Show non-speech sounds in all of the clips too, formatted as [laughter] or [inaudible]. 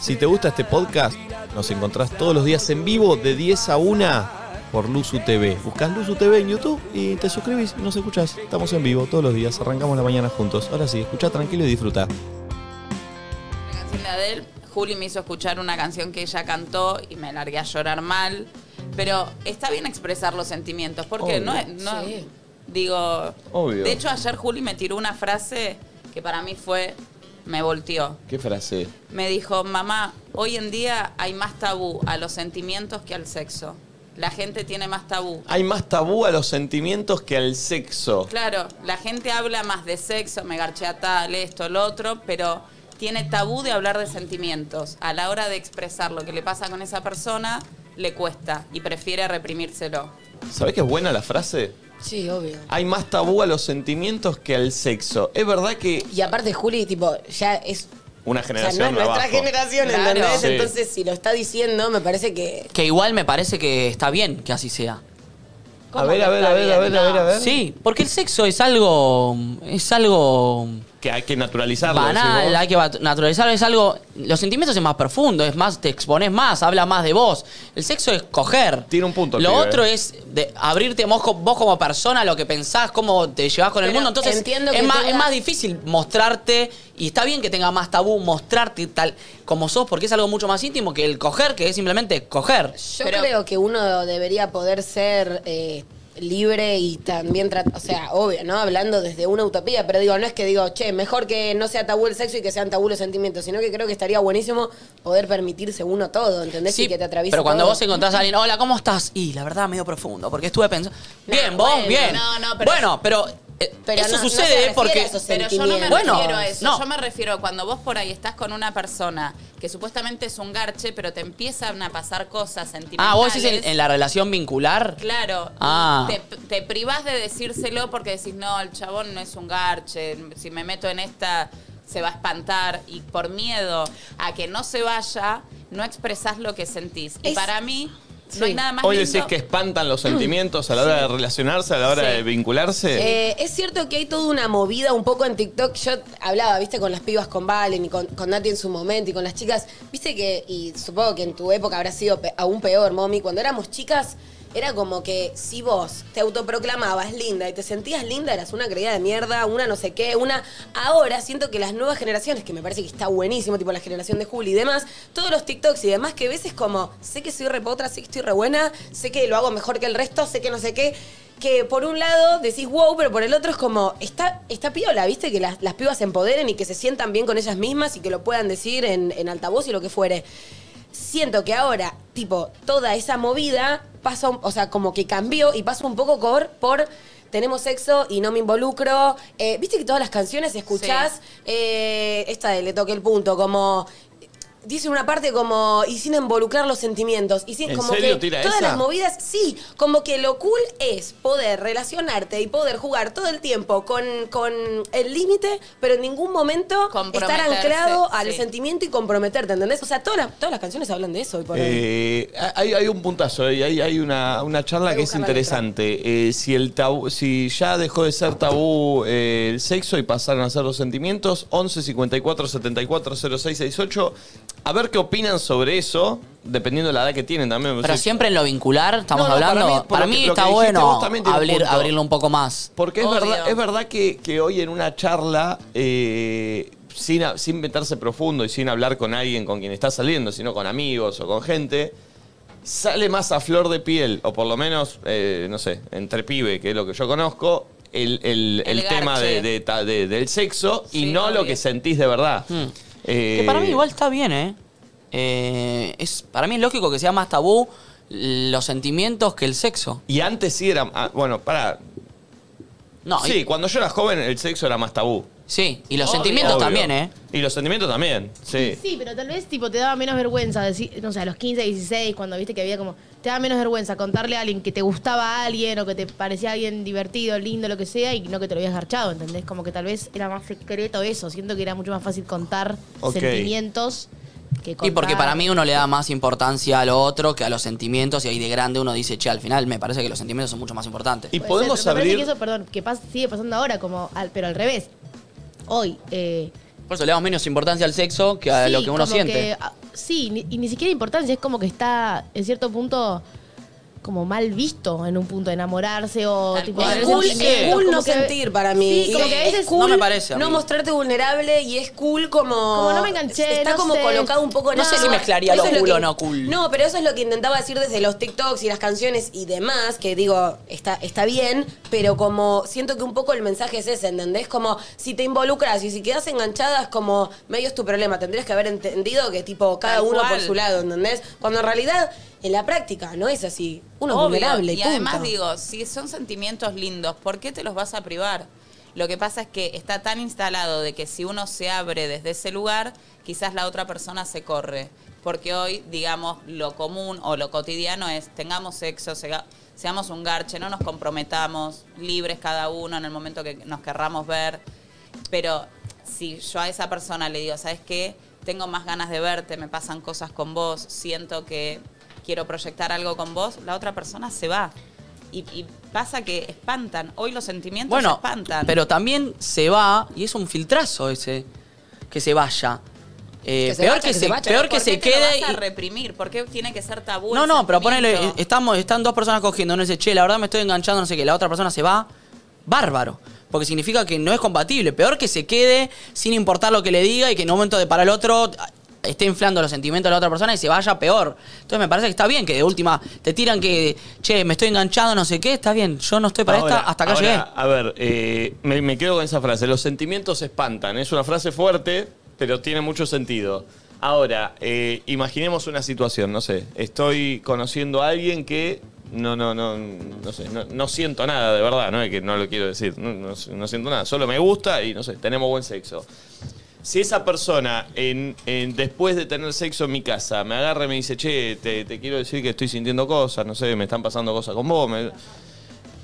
Si te gusta este podcast, nos encontrás todos los días en vivo de 10 a 1 por Luzu TV. Buscás Luzu TV en YouTube y te suscribís y nos escuchás. Estamos en vivo todos los días, arrancamos la mañana juntos. Ahora sí, escucha tranquilo y disfruta. La canción de Adele, Juli me hizo escuchar una canción que ella cantó y me largué a llorar mal. Pero está bien expresar los sentimientos, porque Obvio. no es. No, Sí. Digo. Obvio. De hecho, ayer Juli me tiró una frase que para mí fue. Me volteó. ¿Qué frase? Me dijo, mamá, hoy en día hay más tabú a los sentimientos que al sexo. La gente tiene más tabú. Hay más tabú a los sentimientos que al sexo. Claro, la gente habla más de sexo, me garché a tal, esto, lo otro, pero tiene tabú de hablar de sentimientos. A la hora de expresar lo que le pasa con esa persona, le cuesta y prefiere reprimírselo. ¿Sabés que es buena la frase? Sí, obvio. Hay más tabú a los sentimientos que al sexo. Es verdad que Y aparte, Juli, tipo, ya es. una O sea, generación no es nuestra abajo. generación, Claro. ¿entendés? Sí. Entonces, si lo está diciendo, me parece que. Que igual me parece que está bien que así sea. A ver, a ver, a ver, a ver, a ver, a ver. Sí, porque el sexo es algo. Es algo. Que hay que naturalizarlo. decís Banal, vos. hay que va- naturalizarlo. Es algo. Los sentimientos es más profundo, es más. Te expones más, habla más de vos. El sexo es coger. Tiene un punto, el Lo pibe, otro eh. es de abrirte vos, co- vos como persona, lo que pensás, cómo te llevas con el Pero mundo. Entonces, entiendo es, que más, tenga- es más difícil mostrarte. Y está bien que tenga más tabú mostrarte tal como sos, porque es algo mucho más íntimo que el coger, que es simplemente coger. Yo Pero- creo que uno debería poder ser eh, libre y también tratar, o sea, obvio, ¿no? Hablando desde una utopía, pero digo, no es que digo, che, mejor que no sea tabú el sexo y que sean tabú los sentimientos, sino que creo que estaría buenísimo poder permitirse uno todo, ¿entendés? y que te atraviese Pero cuando todo. vos encontrás a alguien, hola, ¿cómo estás? Y la verdad, medio profundo, porque estuve pensando. No, bien, vos, bueno, bien. no, no, pero- bueno, pero, eh, Pero eso no- no se sucede refiere porque. a esos Pero yo no me Sentimientos. refiero Bueno, a eso. no. Yo me refiero a cuando vos por ahí estás con una persona que supuestamente es un garche, pero te empiezan a pasar cosas sentimentales. Ah, vos decís en, en la relación vincular. Claro. Ah. Te, te privás de decírselo porque decís, no, el chabón no es un garche. Si me meto en esta, se va a espantar. Y por miedo a que no se vaya, no expresás lo que sentís. Y Es- para mí, Sí. no hay nada más Hoy lindo. decís que espantan los sentimientos a la hora de relacionarse, a la hora Sí. de vincularse. Eh, es cierto que hay toda una movida un poco en TikTok. Yo hablaba, viste, con las pibas con Valen y con, con Nati en su momento y con las chicas. Viste que, y supongo que en tu época habrá sido pe- aún peor, mommy. Cuando éramos chicas, era como que si vos te autoproclamabas linda y te sentías linda, eras una creída de mierda, una no sé qué, una. Ahora siento que las nuevas generaciones, que me parece que está buenísimo, tipo la generación de Juli y demás, todos los TikToks y demás que ves es como, sé que soy re potra, sé que estoy re buena, sé que lo hago mejor que el resto, sé que no sé qué que por un lado decís wow, pero por el otro es como, está, está piola, ¿viste? Que las, las pibas se empoderen y que se sientan bien con ellas mismas y que lo puedan decir en, en altavoz y lo que fuere. Siento que ahora, tipo, toda esa movida pasa, un- o sea, como que cambió y pasa un poco por, por tenemos sexo y no me involucro. Eh, ¿Viste que todas las canciones escuchás? Eh, esta de Le toqué el punto, como... Dice una parte como, y sin involucrar los sentimientos. Y sin, ¿En como serio que tira todas esa? las movidas movidas, sí, como que lo cool es poder relacionarte y poder jugar todo el tiempo con, con el límite, pero en ningún momento estar Comprometerse, anclado al sí. sentimiento y comprometerte, ¿entendés? O sea, todas las, todas las canciones hablan de eso hoy por hoy. Eh, hay, hay un puntazo, eh, hay, hay una, una charla Voy a que es buscar la letra. interesante. Eh, si, el tabú, si ya dejó de ser tabú eh, el sexo y pasaron a ser los sentimientos, 11 54 74 06 68. A ver qué opinan sobre eso, dependiendo de la edad que tienen también. Pero Sí. siempre en lo vincular estamos No, no, para hablando. mí, Para por mí, lo que- lo que está dijiste bueno vos también tiene un abrir, punto. abrirlo un poco más. Porque es Obvio. verdad, es verdad que, que hoy en una charla, eh, sin, a- sin meterse profundo y sin hablar con alguien con quien estás saliendo, sino con amigos o con gente, sale más a flor de piel, o por lo menos, eh, no sé, entre pibe, que es lo que yo conozco, el, el- El el tema de, garche. de ta- de- del sexo y Sí, no lo obvio. que sentís de verdad. Hmm. Eh, Que para mí igual está bien, ¿eh? Eh, es, para mí es lógico que sea más tabú los sentimientos que el sexo. Y antes sí era. ah, Bueno, para. No, sí, y- cuando yo era joven el sexo era más tabú. sí, y los Obvio. sentimientos Obvio. también, ¿eh? Y los sentimientos también, sí. Sí, pero tal vez tipo te daba menos vergüenza decir, no sé, a los 15, 16, cuando viste que había como, te daba menos vergüenza contarle a alguien que te gustaba a alguien o que te parecía alguien divertido, lindo, lo que sea, y no que te lo habías garchado, ¿entendés? Como que tal vez era más secreto eso, siento que era mucho más fácil contar Ok. sentimientos que contar. Y porque para mí uno le da más importancia a lo otro que a los sentimientos y ahí de grande uno dice, che, al final me parece que los sentimientos son mucho más importantes. Y Puede podemos ser, pero me parece abrir. que eso, perdón, que pas- sigue pasando ahora, como al- pero al revés. Hoy, eh, Por eso le damos menos importancia al sexo que a Sí, lo que uno como siente. que, ah, sí, ni- y ni siquiera importancia, es como que está en cierto punto como mal visto en un punto enamorarse o Tal tipo cual. tener Es cool, sentimientos, es cool como no que- sentir para mí. Sí, como que a veces es cool No me parece, no amigo. mostrarte vulnerable y es cool como. Como no me enganché, Está no como sé. colocado un poco en No sé agua. si mezclaría Eso lo es cool que- o no cool. No, pero eso es lo que intentaba decir desde los TikToks y las canciones y demás, que digo, está, está bien, pero como siento que un poco el mensaje es ese, ¿entendés? Como si te involucras y si quedas enganchadas, como medio es tu problema. Tendrías que haber entendido que, tipo, cada Tal uno por cual. su lado, ¿entendés? Cuando en realidad, en la práctica, no es así. Uno Obvio, es vulnerable y, punto. además digo, si son sentimientos lindos, ¿por qué te los vas a privar? Lo que pasa es que está tan instalado de que si uno se abre desde ese lugar, quizás la otra persona se corre. Porque hoy, digamos, lo común o lo cotidiano es tengamos sexo, sega- seamos un garche, no nos comprometamos, libres cada uno en el momento que nos querramos ver. Pero si yo a esa persona le digo, ¿sabes qué? Tengo más ganas de verte, me pasan cosas con vos, siento que quiero proyectar algo con vos, la otra persona se va. Y, y pasa que espantan. Hoy los sentimientos Bueno, espantan. pero también se va, y es un filtrazo ese, que se vaya. Eh, Que se peor vaya, que, que se, se vaya. peor ¿Por que qué te se lo quede. vas a y- reprimir? ¿Por qué tiene que ser tabú? No, el no, pero ponele, eh, sentimiento? estamos, están dos personas cogiendo, uno dice, che, la verdad me estoy enganchando, no sé qué, la otra persona se va, bárbaro. Porque significa que no es compatible. Peor que se quede sin importar lo que le diga y que en un momento de para el otro ah, esté inflando los sentimientos de la otra persona y se vaya peor. Entonces me parece que está bien que de última te tiran que, che, me estoy enganchado, no sé qué, está bien, yo no estoy para Ahora- esta, hasta acá ahora, llegué. A ver, eh, me, me quedo con esa frase. Los sentimientos espantan. Es una frase fuerte, pero tiene mucho sentido. Ahora, eh, imaginemos una situación, no sé. Estoy conociendo a alguien que no, no, no, no sé, no, no siento nada de verdad, no es que no lo quiero decir, no, no- no siento nada, solo me gusta y no sé, tenemos buen sexo. Si esa persona, en, en- después de tener sexo en mi casa, me agarra y me dice, che, te, te quiero decir que estoy sintiendo cosas, no sé, me están pasando cosas con vos, me-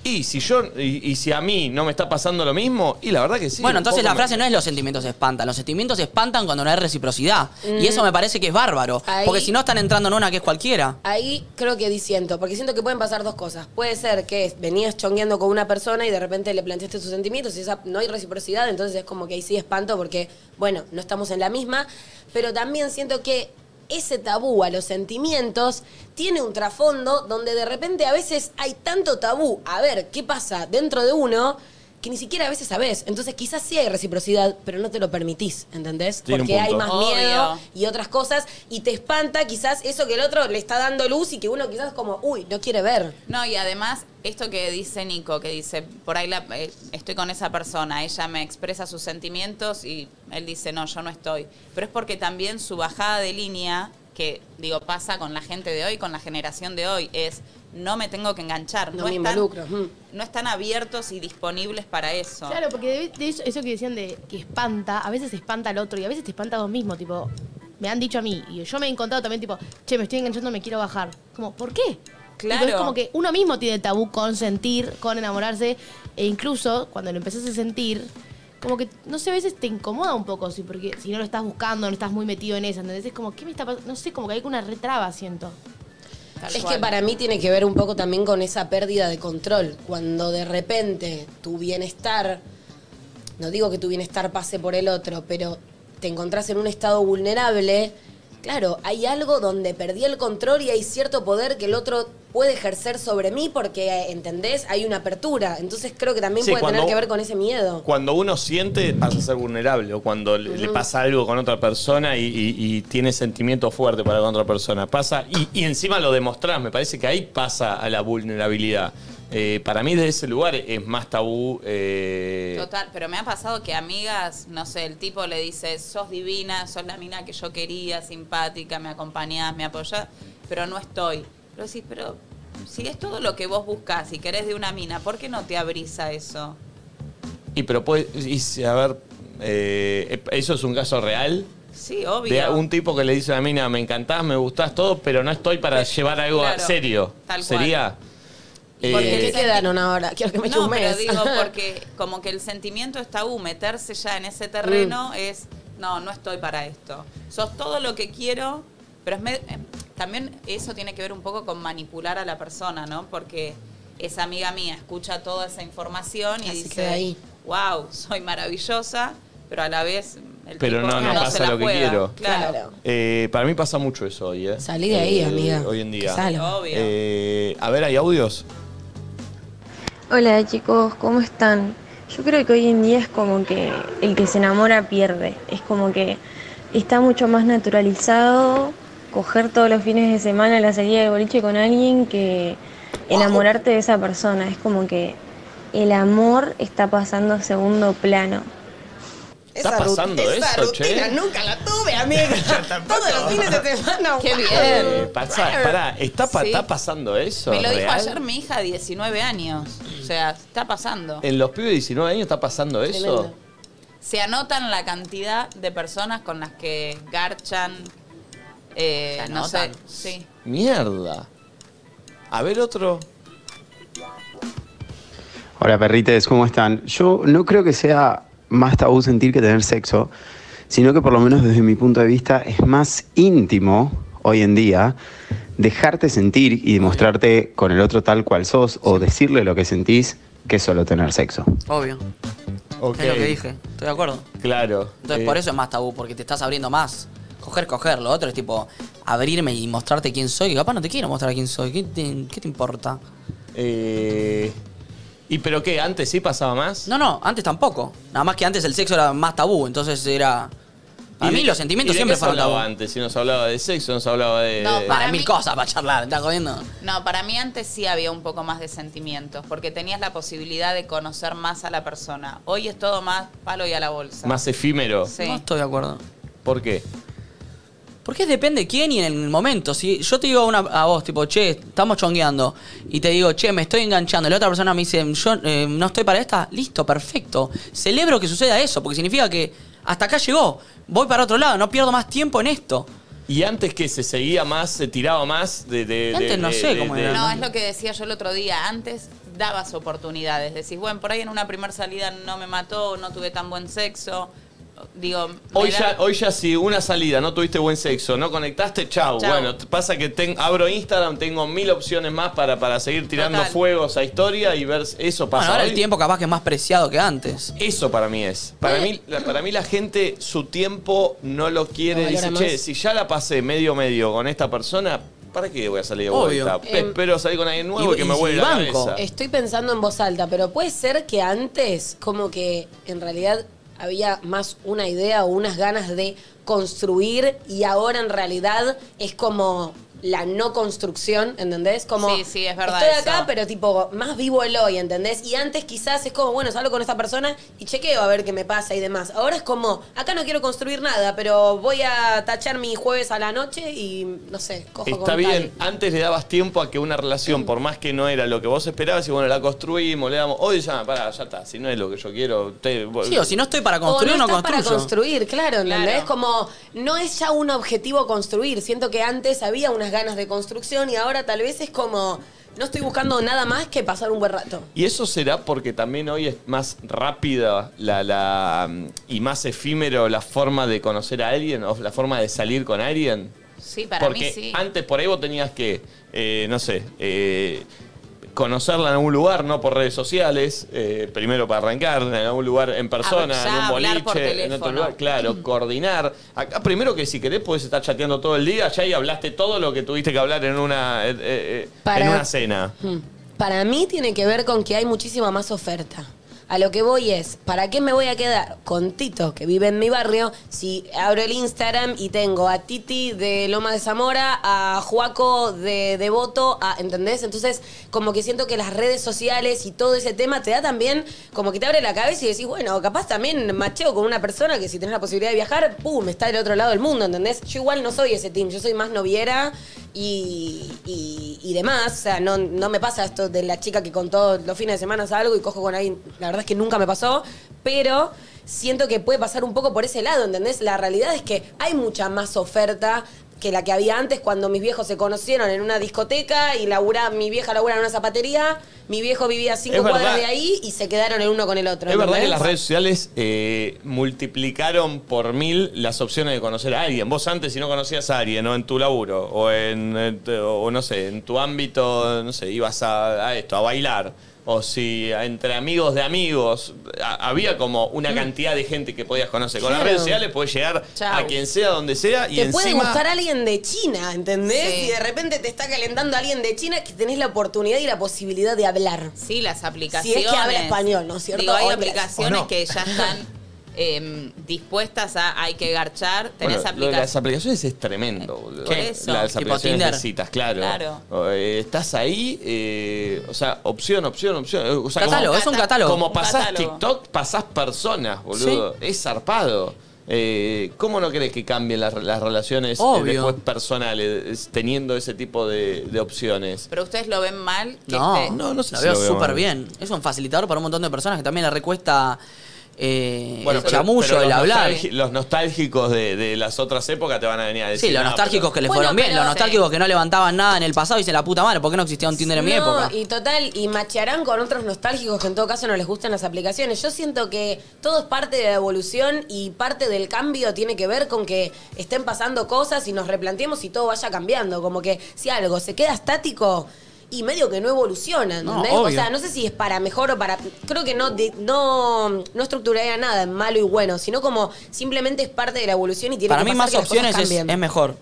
y si yo y, y si a mí no me está pasando lo mismo, y la verdad que sí. un bueno, entonces poco la me- frase no es los sentimientos espantan, los sentimientos espantan cuando no hay reciprocidad. Y eso me parece que es bárbaro. Ahí- Porque si no están entrando en una que es cualquiera. Ahí creo que disiento, porque siento que pueden pasar dos cosas. Puede ser que venías chongueando con una persona y de repente le planteaste sus sentimientos y esa, no hay reciprocidad, entonces es como que ahí sí espanto porque, bueno, no estamos en la misma. Pero también siento que ese tabú a los sentimientos tiene un trasfondo donde de repente a veces hay tanto tabú a ver qué pasa dentro de uno que ni siquiera a veces sabes. Entonces quizás sí hay reciprocidad, pero no te lo permitís, ¿entendés? Tiene un porque hay punto. más Obvio. miedo y otras cosas y te espanta quizás eso que el otro le está dando luz y que uno quizás como, uy, no quiere ver. No, y además, esto que dice Nico, que dice, por ahí la- eh, estoy con esa persona, ella me expresa sus sentimientos y él dice, no, yo no estoy. Pero es porque también su bajada de línea, que digo, pasa con la gente de hoy, con la generación de hoy, es, no me tengo que enganchar. No me involucro, ujú. No están abiertos y disponibles para eso. Claro, porque de, de eso, eso que decían de que espanta, a veces espanta al otro y a veces te espanta a vos mismo, tipo, me han dicho a mí y yo me he encontrado también tipo, che, me estoy enganchando, me quiero bajar. Como, ¿por qué? Claro. Tipo, es como que uno mismo tiene el tabú con sentir, con enamorarse e incluso cuando lo empezás a sentir, como que, no sé, a veces te incomoda un poco, si, porque si no lo estás buscando, no estás muy metido en eso, entonces es como, ¿qué me está pasando? No sé, como que hay una retraba, siento. Tal es cual. que para mí tiene que ver un poco también con esa pérdida de control, cuando de repente tu bienestar, no digo que tu bienestar pase por el otro, pero te encontrás en un estado vulnerable. Claro, hay algo donde perdí el control y hay cierto poder que el otro puede ejercer sobre mí porque, eh, ¿entendés? Hay una apertura. Entonces creo que también Sí, puede tener cuando- que ver con ese miedo. Cuando uno siente, pasa a ser vulnerable. O cuando le, le pasa algo con otra persona y, y- y tiene sentimiento fuerte para con otra persona. Pasa, y, y encima lo demostrás. Me parece que ahí pasa a la vulnerabilidad. Eh, para mí, desde ese lugar es más tabú. eh, Total, pero me ha pasado que amigas, no sé, el tipo le dice, sos divina, sos la mina que yo quería, simpática, me acompañás, me apoyás, pero no estoy. Pero decís, pero si es todo lo que vos buscás y querés de una mina, ¿por qué no te abrís a eso? Y pero puede. y si- a ver, eh, ¿eso es un caso real? Sí, obvio. De un tipo que le dice a la mina, me encantás, me gustás todo, pero no estoy para Pe- llevar algo a- claro, serio. tal cual. Sería. Porque eh, qué quedaron ahora? Quiero que [laughs] me eche no, un mes. pero digo, porque como que el sentimiento es tabú, meterse ya en ese terreno Mm. es, no, no estoy para esto. Sos todo lo que quiero, pero es me- eh, también eso tiene que ver un poco con manipular a la persona, ¿no? Porque esa amiga mía escucha toda esa información y Así dice, queda ahí. wow, soy maravillosa, pero a la vez El Pero tipo no, no se pasa la lo que juega. quiero. Claro. Eh, para mí pasa mucho eso hoy, ¿eh? Salí de ahí, Eh, amiga. Hoy en día. Que salga. Obvio. Eh, a ver, ¿hay audios? Hola chicos, ¿cómo están? Yo creo que hoy en día es como que el que se enamora pierde. Es como que está mucho más naturalizado coger todos los fines de semana la salida de boliche con alguien que enamorarte de esa persona. Es como que el amor está pasando a segundo plano. ¿Está ru- pasando esa eso, rutina che? nunca la tuve, [laughs] amiga. Todos los fines de semana. Qué bien. Eh, pasa- pará, ¿está, pa- Sí. está pasando eso? Me lo dijo ¿Real? ayer mi hija, 19 años. O sea, está pasando. ¿En los pibes de 19 años está pasando eso? Tremendo. Se anotan la cantidad de personas con las que garchan. eh, Se no sé. anotan. Sí. Mierda. A ver otro. Hola perrites, ¿cómo están? Yo no creo que sea más tabú sentir que tener sexo, sino que por lo menos desde mi punto de vista es más íntimo hoy en día dejarte sentir y demostrarte con el otro tal cual sos o decirle lo que sentís que solo tener sexo. Obvio. Ok. Es lo que dije. Estoy de acuerdo. Claro. Entonces, Eh, por eso es más tabú, porque te estás abriendo más. Coger, coger. Lo otro es tipo abrirme y mostrarte quién soy. Que capaz no te quiero mostrar quién soy. ¿Qué te, qué te importa? eh, ¿Y pero qué? ¿Antes sí pasaba más? No, no, antes tampoco. Nada más que antes el sexo era más tabú, entonces era. A ¿Y mí de- los sentimientos y de siempre qué se fueron hablaba tabú. antes? Si nos hablaba de sexo, nos hablaba de... No, de- Para, Para mil mí- cosas para charlar, ¿me estás jodiendo? No, para mí antes sí había un poco más de sentimientos, porque tenías la posibilidad de conocer más a la persona. Hoy es todo más palo y a la bolsa. más efímero. Sí. No estoy de acuerdo. ¿Por qué? Porque depende de quién y en el momento. Si yo te digo a, una, a vos, tipo, che, estamos chongueando, y te digo, che, me estoy enganchando, y la otra persona me dice, yo eh, no estoy para esta, listo, perfecto. Celebro que suceda eso, porque significa que hasta acá llegó, voy para otro lado, no pierdo más tiempo en esto. ¿Y antes que se seguía más, se tiraba más de... de- Antes de- no de- sé de- cómo de- era. No, es lo que decía yo el otro día. Antes dabas oportunidades. Decís, bueno, por ahí en una primera salida no me mató, no tuve tan buen sexo. Digo, me Hoy da- ya, hoy ya si una salida, no tuviste buen sexo, no conectaste, chau. Chau. Bueno, t- pasa que ten- abro Instagram, tengo mil opciones más para, para seguir tirando Total. fuegos a historia y ver eso pasa. Bueno, ahora hoy. el tiempo capaz que es más preciado que antes. Eso para mí es. Para mí, la- para mí la gente su tiempo no lo quiere. Lo valora Dice, che, más. si ya la pasé medio medio con esta persona, ¿para qué voy a salir de Obvio. vuelta? Em, Espero salir con alguien nuevo y- que me y vuelva la banco. cabeza. Estoy pensando en voz alta, pero puede ser que antes, como que en realidad había más una idea o unas ganas de construir y ahora en realidad es como la no construcción, ¿entendés? Como Sí, sí, es verdad Estoy acá, eso. pero tipo más vivo el hoy, ¿entendés? Y antes quizás es como, bueno, salgo con esta persona y chequeo a ver qué me pasa y demás. Ahora es como, acá no quiero construir nada, pero voy a tachar mi jueves a la noche y no sé, cojo con Está tal. bien, antes le dabas tiempo a que una relación, por más que no era lo que vos esperabas, y bueno, la construimos, le damos, hoy ya, pará, ya está, si no es lo que yo quiero, te- Sí, o si no estoy para construir, o no, no estás construyo. para construir, claro, ¿entendés? Claro. Como no es ya un objetivo construir. Siento que antes había unas ganas de construcción y ahora tal vez es como no estoy buscando nada más que pasar un buen rato. Y eso será porque también hoy es más rápida la, la, mm, y más efímero la forma de conocer a alguien o la forma de salir con alguien. Sí, para porque mí sí. antes por ahí vos tenías que, eh, no sé, eh, conocerla en algún lugar, no por redes sociales, eh, primero para arrancar, en algún lugar en persona, Ah, ya en un hablar por boliche, en otro teléfono. lugar, [clears throat] claro, coordinar. Acá primero que si querés podés estar chateando todo el día, ya ahí hablaste todo lo que tuviste que hablar en una, eh, eh, eh, Para- en una cena. Hmm. Para mí tiene que ver con que hay muchísima más oferta. A lo que voy es, ¿para qué me voy a quedar con Tito, que vive en mi barrio, si abro el Instagram y tengo a Titi de Loma de Zamora, a Juaco de Devoto, a- ¿entendés? Entonces, como que siento que las redes sociales y todo ese tema te da también, como que te abre la cabeza y decís, bueno, capaz también macheo con una persona que si tenés la posibilidad de viajar, pum, está del otro lado del mundo, ¿entendés? Yo igual no soy ese team, yo soy más noviera y, y- y demás. O sea, no, no me pasa esto de la chica que contó los fines de semana algo y cojo con alguien. La verdad es que nunca me pasó, pero siento que puede pasar un poco por ese lado, ¿entendés? La realidad es que hay mucha más oferta que la que había antes cuando mis viejos se conocieron en una discoteca y labura, mi vieja labura en una zapatería, mi viejo vivía a cinco Es cuadras verdad. de ahí y se quedaron el uno con el otro. Es verdad ¿entendés? que las redes sociales eh, multiplicaron por mil las opciones de conocer a alguien. Vos antes, si no conocías a alguien, o en tu laburo, o en, eh, o no sé, en tu ámbito, no sé, ibas a, a esto, a bailar. o si entre amigos de amigos a- había como una cantidad de gente que podías conocer. Con las Mm. Claro. redes sociales puedes llegar Chau. a quien sea, donde sea y Te puede encima gustar alguien de China, ¿entendés? Sí. Y de repente te está calentando alguien de China que tenés la oportunidad y la posibilidad de hablar. Sí, las aplicaciones. Si es que habla español, ¿no es cierto? Digo, hay O inglés. aplicaciones ¿O no? que ya están eh, dispuestas a hay que garchar. Tenés Bueno, lo de las aplicaciones. aplicaciones es tremendo, boludo. Por eso. Las Tipo aplicaciones Tinder. de citas, claro. Claro. O, eh, estás ahí, eh, o sea, opción, opción, opción. eh, O sea, Catálogo, como, es un catálogo. Como Un pasás catálogo. TikTok, pasás personas, boludo. Es zarpado. Eh, ¿Cómo no crees que cambien las, las relaciones eh, Obvio. después personales es- teniendo ese tipo de, de opciones? Pero ustedes lo ven mal. que No, esté- no, no sé Lo si veo lo veo súper mal. bien. Es un facilitador para un montón de personas que también le recuesta eh, el pero- chamullo, pero el los hablar. nostálgi- los nostálgicos de, de las otras épocas te van a venir a decir. Sí, los "No, nostálgicos que le Bueno, fueron bien, pero sí. los nostálgicos que no levantaban nada en el pasado y dicen la puta madre, ¿por qué no existía un Tinder en mi No, época? Y total, y machearán con otros nostálgicos que en todo caso no les gustan las aplicaciones. Yo siento que todo es parte de la evolución y parte del cambio tiene que ver con que estén pasando cosas y nos replanteemos y todo vaya cambiando. Como que si algo se queda estático y medio que no evoluciona, No, ¿entendés? o obvio. sea, no sé si es para mejor o para. Creo que no, de- no, no estructuraría nada en malo y bueno, sino como simplemente es parte de la evolución y tiene Para que mí pasar más que las cosas opciones es, cambien. es mejor.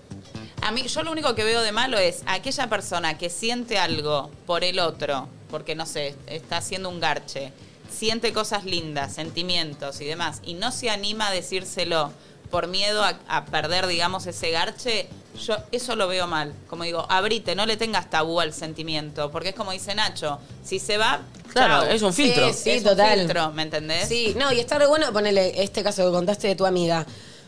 A mí, yo lo único que veo de malo es aquella persona que siente algo por el otro, porque no sé, está haciendo un garche, siente cosas lindas, sentimientos y demás, y no se anima a decírselo por miedo a, a perder, digamos, ese garche, yo eso lo veo mal. Como digo, abrite, no le tengas tabú al sentimiento, porque es como dice Nacho, si se va, Claro, chau. es un filtro. sí, Es un total. filtro, ¿me entendés? Sí, no, y está re bueno ponerle este caso que contaste de tu amiga.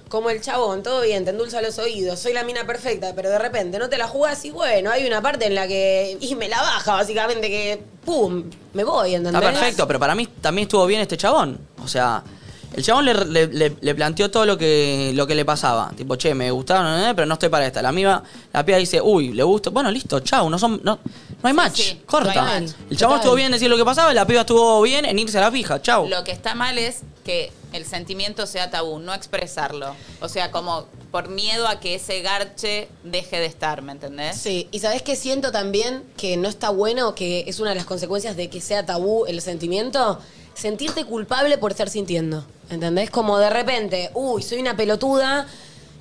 Como el chabón, todo bien, te endulza los oídos, soy la mina perfecta, pero de repente no te la jugás y bueno, hay una parte en la que. Y me la baja, básicamente, que. ¡Pum! Me voy, Está ¿entendés? perfecto, pero para mí también estuvo bien este chabón. O sea, el chabón le, le- le- le planteó todo lo que, lo que le pasaba. Tipo, che, me gustaron, eh, pero no estoy para esta. La amiga, la piba dice, uy, le gusto. Bueno, listo, chau, no son, no, no hay Sí, match. sí, Corta. no hay match. El chabón Total. estuvo bien en decir lo que pasaba, y la piba estuvo bien en irse a la fija, chau. Lo que está mal es que el sentimiento sea tabú, no expresarlo. O sea, como por miedo a que ese garche deje de estar, ¿me ¿eh? entendés? Sí, y sabes que siento también que no está bueno, que es una de las consecuencias de que sea tabú el sentimiento, sentirte culpable por estar sintiendo. ¿Entendés? Como de repente, uy, soy una pelotuda.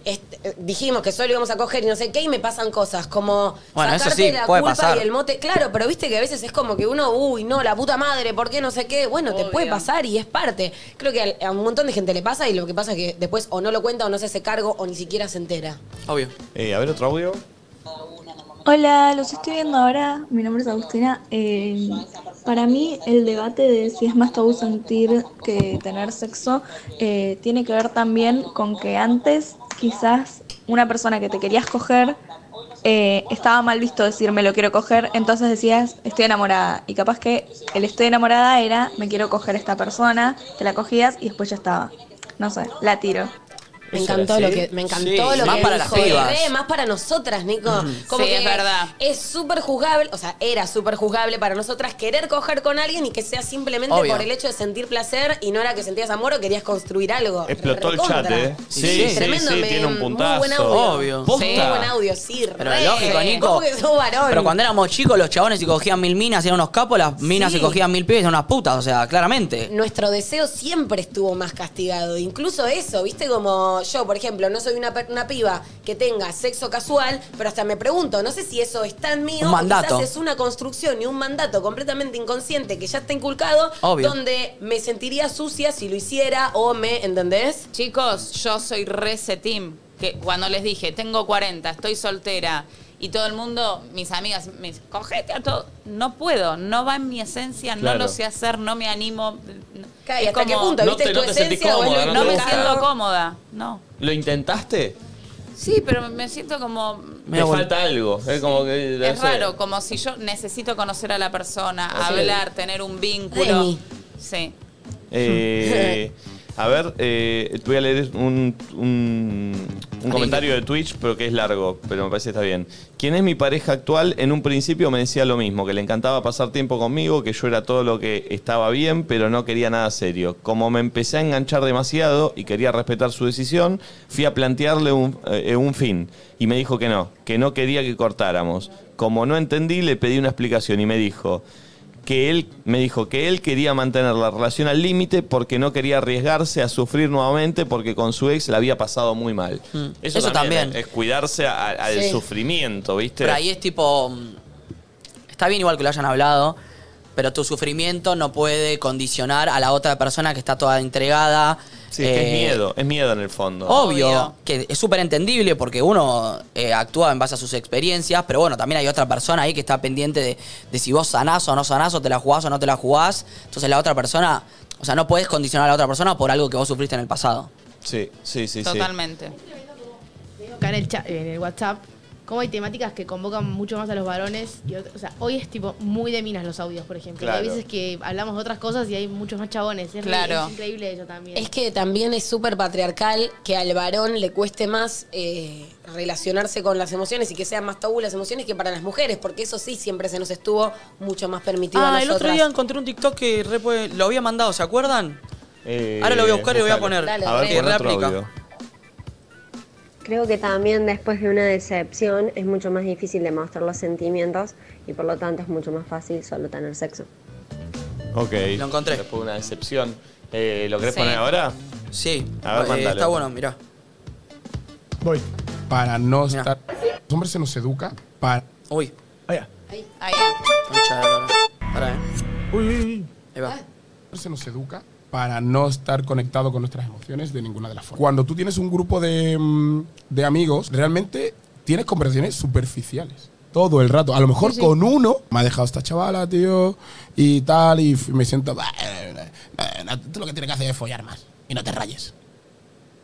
este, eh, dijimos que solo íbamos a coger y no sé qué, y me pasan cosas como Bueno, eso sacarte sí, la puede culpa pasar. y el mote. Claro, pero viste que a veces es como que uno, uy, no, la puta madre, ¿por qué no sé qué? Bueno, te Obvio. puede pasar y es parte. Creo que al- a un montón de gente le pasa y lo que pasa es que después o no lo cuenta o no se hace cargo o ni siquiera se entera. Obvio. Eh, a ver, otro audio. Hola, los estoy viendo ahora. Mi nombre es Agustina. Eh, para mí, el debate de si es más tabú sentir que tener sexo eh, tiene que ver también con que antes, quizás, una persona que te querías coger eh, estaba mal visto decir me lo quiero coger, entonces decías estoy enamorada. Y capaz que el estoy enamorada era me quiero coger a esta persona, te la cogías y después ya estaba. No sé, la tiro. Me ¿Eso encantó era lo así? que me encantó Sí, lo más que para dijo. las pibas. Y re, más para nosotras, Nico. Como Sí, que es verdad. Es súper juzgable, o sea, era súper juzgable para nosotras querer coger con alguien y que sea simplemente Obvio. por el hecho de sentir placer y no era que sentías amor o querías construir algo. Explotó el Recontra. chat, ¿eh? Sí, sí, sí, Tremendo, me- tiene un muy puntazo. buen audio. Obvio. Posta. Muy buen audio, sí. Pero re. lógico, Nico. ¿Cómo que sos varón? Pero cuando éramos chicos, los chabones se cogían mil minas, eran unos capos, las minas Sí. se cogían mil pibes, eran unas putas, o sea, claramente. nuestro deseo siempre estuvo más castigado. Incluso eso, ¿viste? Como yo, por ejemplo, no soy una, pe- una piba que tenga sexo casual, pero hasta me pregunto, no sé si eso está en mí Un o mandato. quizás es una construcción y un mandato completamente inconsciente que ya está inculcado, Obvio. donde me sentiría sucia si lo hiciera o me, ¿entendés? Chicos, yo soy resetim. Que cuando les dije, tengo 40, estoy soltera, y todo el mundo, mis amigas, me dicen, cogete a todo. No puedo, no va en mi esencia, Claro. no lo sé hacer, no me animo. no- Claro, ¿y es ¿Hasta qué como, punto? No ¿Viste te- tu no te sentís esencia o es lo cómoda, No me gusta. inculcado? siento cómoda, no. ¿Lo intentaste? Sí, pero me siento como Me Mira, bueno. falta algo. Es como que. no Es sé. raro, como si yo necesito conocer a la persona, Así hablar, tener un vínculo. Remy. Sí. Eh, [laughs] a ver, eh, voy a leer un, un- un comentario de Twitch, pero que es largo, pero me parece que está bien. Quien es mi pareja actual, en un principio me decía lo mismo, que le encantaba pasar tiempo conmigo, que yo era todo lo que estaba bien, pero no quería nada serio. Como me empecé a enganchar demasiado y quería respetar su decisión, fui a plantearle un, eh, un fin y me dijo que no, que no quería que cortáramos. Como no entendí, le pedí una explicación y me dijo que él me dijo que él quería mantener la relación al límite porque no quería arriesgarse a sufrir nuevamente porque con su ex la había pasado muy mal. Eso, Mm. Eso también, también. es cuidarse a- a- al Sí. sufrimiento, ¿viste? Pero ahí es tipo. mm, Está bien igual que lo hayan hablado, pero tu sufrimiento no puede condicionar a la otra persona que está toda entregada. Sí, es que eh, es miedo, es miedo en el fondo. Obvio, Obvio. que es súper entendible porque uno eh, actúa en base a sus experiencias, pero bueno, también hay otra persona ahí que está pendiente de, de si vos sanás o no sanás, o te la jugás o no te la jugás. Entonces la otra persona, o sea, no puedes condicionar a la otra persona por algo que vos sufriste en el pasado. Sí, sí, sí, sí. Totalmente. acá en el, chat, en el WhatsApp, cómo hay temáticas que convocan mucho más a los varones. Y ot- o sea, hoy es tipo muy de minas los audios, por ejemplo. Y Claro. hay veces que hablamos de otras cosas y hay muchos más chabones. Es, re- Claro. es increíble eso también. Es que también es súper patriarcal que al varón le cueste más eh, relacionarse con las emociones y que sean más tabú las emociones que para las mujeres, porque eso sí siempre se nos estuvo mucho más permitido a Ah, el nosotras. otro día encontré un TikTok que re puede- lo había mandado, ¿se acuerdan? Eh, Ahora lo voy a buscar y lo voy a buscalo. poner. Dale, A ver, dale. Que pon otro reaplica. audio. Creo que también después de una decepción es mucho más difícil demostrar los sentimientos y por lo tanto es mucho más fácil solo tener sexo. Ok. Lo encontré. Después de una decepción. Eh, ¿Lo querés Sí. poner ahora? Sí, A ver, eh, mandalo. está bueno, mirá. Voy. Para no Mira. estar. Los hombres se nos educa para. Uy, Allá. Ahí. concha de la lora. Pará, eh. Uy, uy, uy. Ahí va. se nos educa para no estar conectado con nuestras emociones de ninguna de las formas. Cuando tú tienes un grupo de, mm, de amigos, realmente tienes conversaciones superficiales. Todo el rato. A lo mejor con uno me ha dejado esta chavala, tío, y tal, y f- me siento. "Bah, eh, eh, eh, Tú lo que tienes que hacer es follar más y no te rayes.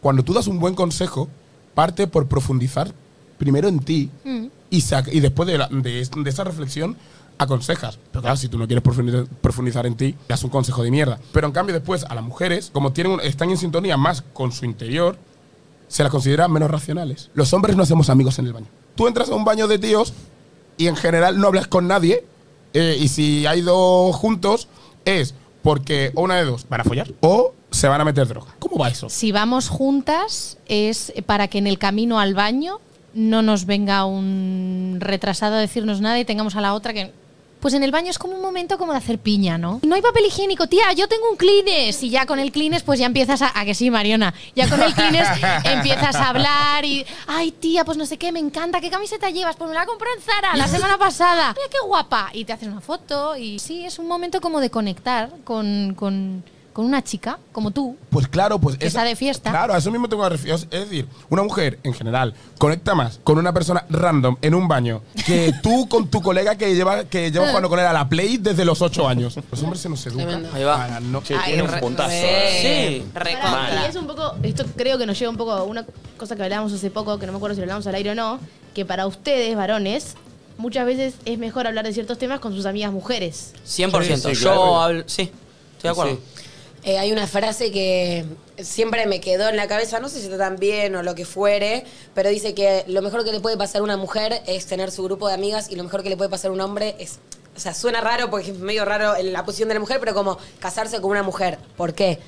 Cuando tú das un buen consejo, parte por profundizar primero en ti Mm. y, sac- y después de, la- de es- de esa reflexión aconsejas. Pero claro, si tú no quieres profundi- profundizar en ti, das un consejo de mierda. Pero en cambio después a las mujeres, como tienen, un- están en sintonía más con su interior, se las considera menos racionales. Los hombres no hacemos amigos en el baño. Tú entras a un baño de tíos y en general no hablas con nadie. eh, y si hay dos juntos, es porque o una de dos van a follar o se van a meter droga. ¿Cómo va eso? Si vamos juntas es para que en el camino al baño no nos venga un retrasado a decirnos nada y tengamos a la otra que... Pues en el baño es como un momento como de hacer piña, ¿no? No hay papel higiénico, tía, yo tengo un Kleenex. Y ya con el Kleenex pues ya empiezas a... A que sí, Mariona. Ya con el Kleenex empiezas a hablar y... Ay, tía, pues no sé qué, me encanta. ¿Qué camiseta llevas? Pues me la compré en Zara la semana pasada. Mira qué guapa. Y te haces una foto y... Sí, es un momento como de conectar con, con, con una chica como tú. Pues claro, pues Que está de fiesta. Claro, a eso mismo tengo que refiero. Es decir, una mujer en general conecta más con una persona random en un baño que tú con tu colega que lleva que lleva jugando con él a la Play desde los 8 años. Los hombres se nos educan. Ahí va. para no- Che, tiene un re- puntazo. re- Sí. Pará, Recontra. y es un poco, esto creo que nos lleva un poco a una cosa que hablábamos hace poco, que no me acuerdo si lo hablamos al aire o no, que para ustedes, varones, muchas veces es mejor hablar de ciertos temas con sus amigas mujeres. 100%. Sí, sí, Yo claro. hablo. Sí, estoy de acuerdo. Eh, hay una frase que siempre me quedó en la cabeza, no sé si está tan bien o lo que fuere, pero dice que lo mejor que le puede pasar a una mujer es tener su grupo de amigas y lo mejor que le puede pasar a un hombre es... O sea, suena raro porque es medio raro en la posición de la mujer, pero como casarse con una mujer. ¿Por qué?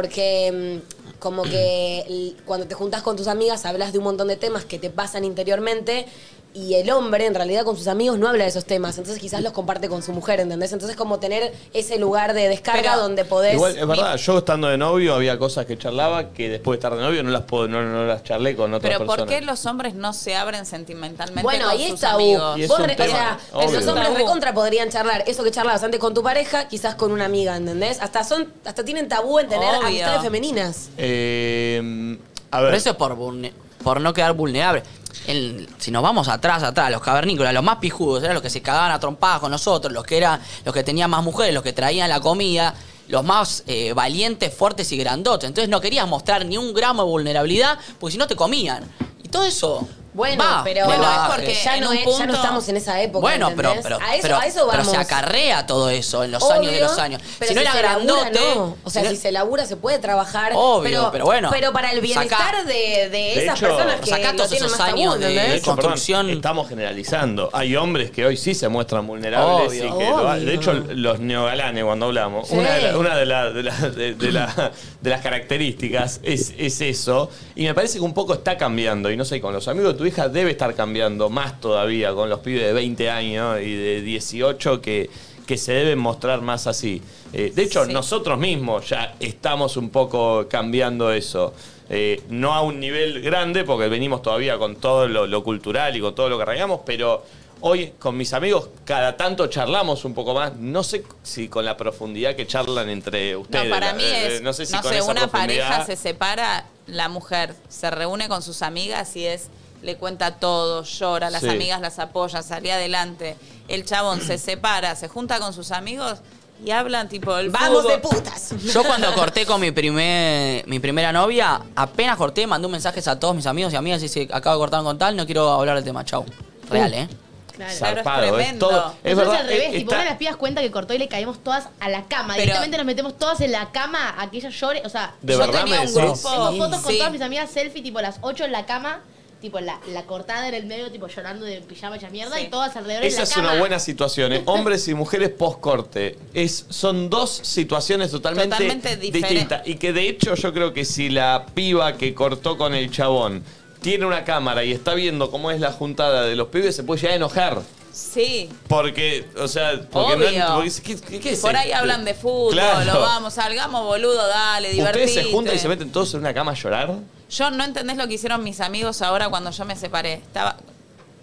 Porque mm, como que el- cuando te juntás con tus amigas hablas de un montón de temas que te pasan interiormente y el hombre en realidad con sus amigos no habla de esos temas, entonces quizás los comparte con su mujer, ¿entendés? Entonces como tener ese lugar de descarga Pero- donde podés... Igual, es verdad, yo estando de novio había cosas que charlaba que después de estar de novio no las puedo, no, no las charlé con otra Pero persona. ¿por qué los hombres no se abren sentimentalmente Bueno, con ahí sus es tabú. amigos? Y es Vos un re- tema, o sea, obvio. los hombres Tabú. recontra podrían charlar eso que charlabas antes con tu pareja, quizás con una amiga, ¿entendés? Hasta son, hasta tienen tabú en tener Obvio. amistades femeninas. Eh, a Pero ver, eso es por, vulne- por no quedar vulnerable. El- si nos vamos atrás, atrás, los cavernícolas, los más pijudos, eran los que se cagaban a trompadas con nosotros, los que eran, los que tenían más mujeres, los que traían la comida, los más eh, valientes, fuertes y grandotes. Entonces no querías mostrar ni un gramo de vulnerabilidad, porque si no te comían. Y todo eso. Bueno, va, pero va, bueno, es va. porque ya en no, un es- ya no punto- estamos en esa época. Bueno, pero, ¿entendés? pero, a eso, pero- a eso pero vamos. se acarrea todo eso en los Obvio, años de los años. pero si no era se grandote. labura, no. O sea, si si, no- se labura, se puede trabajar. Obvio, pero bueno, Pero para el sacá- bienestar de, de esas hecho, personas que sacá no todos tienen esos más tabú, años de- de ¿entendés? hecho, perdón, construcción- estamos generalizando. Hay hombres que hoy sí se muestran vulnerables. Obvio. y que lo- Obvio. de hecho, los neogalanes, cuando hablamos, Sí. una, de, la- una de, la- de la- de- de la- de las características es, es eso. Y me parece que un poco está cambiando. Y no sé, con los amigos de tu hija debe estar cambiando más todavía, con los pibes de 20 años y de 18 que, que se deben mostrar más así. Eh, de hecho, nosotros mismos ya estamos un poco cambiando eso. Eh, no a un nivel grande, porque venimos todavía con todo lo, lo cultural y con todo lo que arraigamos, pero hoy con mis amigos cada tanto charlamos un poco más. No sé si con la profundidad que charlan entre ustedes. No, para la- mí eh, es. no sé si con esa una profundidad- pareja se separa, la mujer se reúne con sus amigas y es. Le cuenta todo, llora, las Sí. amigas las apoyan, salía adelante. El chabón se separa, se junta con sus amigos y hablan tipo el Vamos fútbol. de putas. Yo cuando corté con mi, primer, mi primera novia, apenas corté, mandé un mensaje a todos mis amigos y amigas y dice, acabo de cortar con tal, no quiero hablar del tema, chau. Real, ¿eh? Claro. Sa- Zarpado, es tremendo. todo- es Nosotros verdad, al revés, eh, tipo, está- una de las pibas cuenta que cortó y le caemos todas a la cama. Pero- Directamente nos metemos todas en la cama a que ella llore. O sea, De yo verdad tengo- me tenía un decís. grupo. tengo fotos con Sí. todas mis amigas selfie, tipo las 8 en la cama, tipo la, la cortada en el medio, tipo llorando de pijama hecha mierda Sí. y todas alrededor en Esa la es cama. una buena situación, ¿eh? hombres y mujeres post corte. Es, son dos situaciones totalmente, Totalmente diferen- distintas. Y que de hecho yo creo que si la piba que cortó con el chabón tiene una cámara y está viendo cómo es la juntada de los pibes, se puede llegar a enojar. Sí. Porque, o sea, porque Obvio. no- porque dice, ¿qué- qué- qué es Por ahí esto? hablan de fútbol, Claro. lo vamos, salgamos boludo, dale, divertite. ¿Ustedes se juntan y se meten todos en una cama a llorar? Yo no entendés lo que hicieron mis amigos ahora cuando yo me separé. Estaba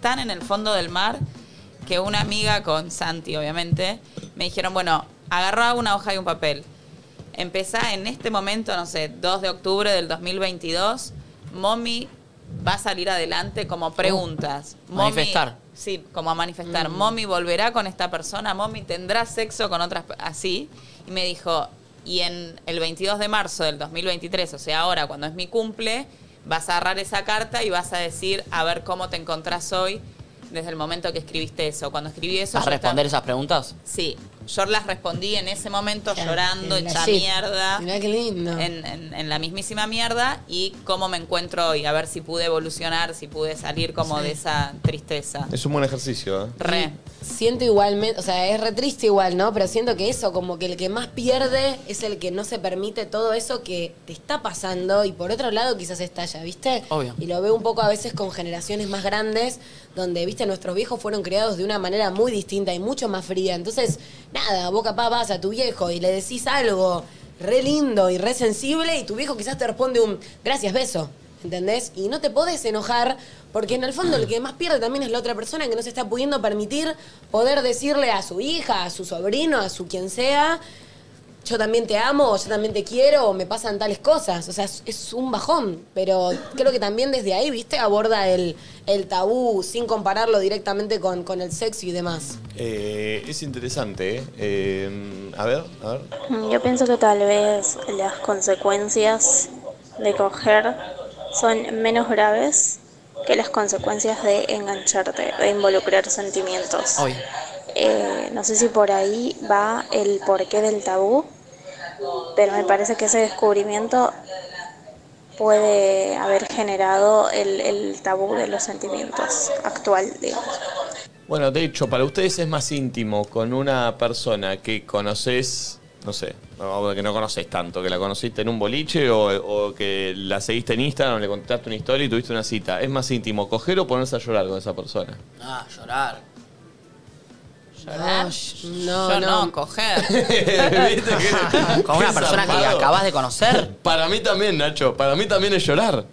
tan en el fondo del mar que una amiga con Santi, obviamente, me dijeron, bueno, agarrá una hoja y un papel. Empezá en este momento, no sé, 2 de octubre del 2022, Mommy va a salir adelante como preguntas. Oh, Mommy- manifestar. Sí, como a Mm. manifestar. Mommy volverá con esta persona, Mommy tendrá sexo con otras, pe- así. Y me dijo, y en el 22 de marzo del 2023, o sea, ahora cuando es mi cumple, vas a agarrar esa carta y vas a decir, a ver cómo te encontrás hoy desde el momento que escribiste eso. Cuando escribí eso... ¿Vas yo a responder estaba- esas preguntas? Sí, yo las respondí en ese momento Claro, llorando, en la hecha shit. mierda Mirá qué lindo. en, en- en la mismísima mierda y cómo me encuentro hoy, a ver si pude evolucionar, si pude salir como de esa tristeza. Es un buen ejercicio, ¿eh? Re. Siento igualmente, o sea, es re triste igual, ¿no? Pero siento que eso, como que el que más pierde es el que no se permite todo eso que te está pasando y por otro lado quizás estalla, ¿viste? Obvio. Y lo veo un poco a veces con generaciones más grandes, donde, viste, nuestros viejos fueron criados de una manera muy distinta y mucho más fría. Entonces, nada, vos capaz vas a tu viejo y le decís algo re lindo y re sensible y tu viejo quizás te responde un gracias, beso. ¿Entendés? Y no te podés enojar porque en el fondo el que más pierde también es la otra persona que no se está pudiendo permitir poder decirle a su hija, a su sobrino, a su quien sea, yo también te amo, o yo también te quiero, o me pasan tales cosas. O sea, es, es un bajón. Pero creo que también desde ahí, ¿viste? Aborda el, el tabú sin compararlo directamente con, con el sexo y demás. Eh, es interesante, ¿eh? Eh, a ver, a ver. Mm, Yo pienso que tal vez las consecuencias de coger son menos graves que las consecuencias de engancharte, de involucrar sentimientos. Hoy. Eh, no sé si por ahí va el porqué del tabú, pero me parece que ese descubrimiento puede haber generado el, el tabú de los sentimientos actual, digamos. Bueno, de hecho, para ustedes es más íntimo con una persona que conoces, no sé, no, que no conoces tanto, que la conociste en un boliche o, o que la seguiste en Instagram, le contaste una historia y tuviste una cita. Es más íntimo coger o ponerse a llorar con [laughs] esa persona. Ah, llorar. Llorar. no, Yo no. no, coger. [laughs] ¿Viste que- Con una qué persona que zarpado? acabas de conocer. [laughs] Para mí también, Nacho, para mí también es llorar.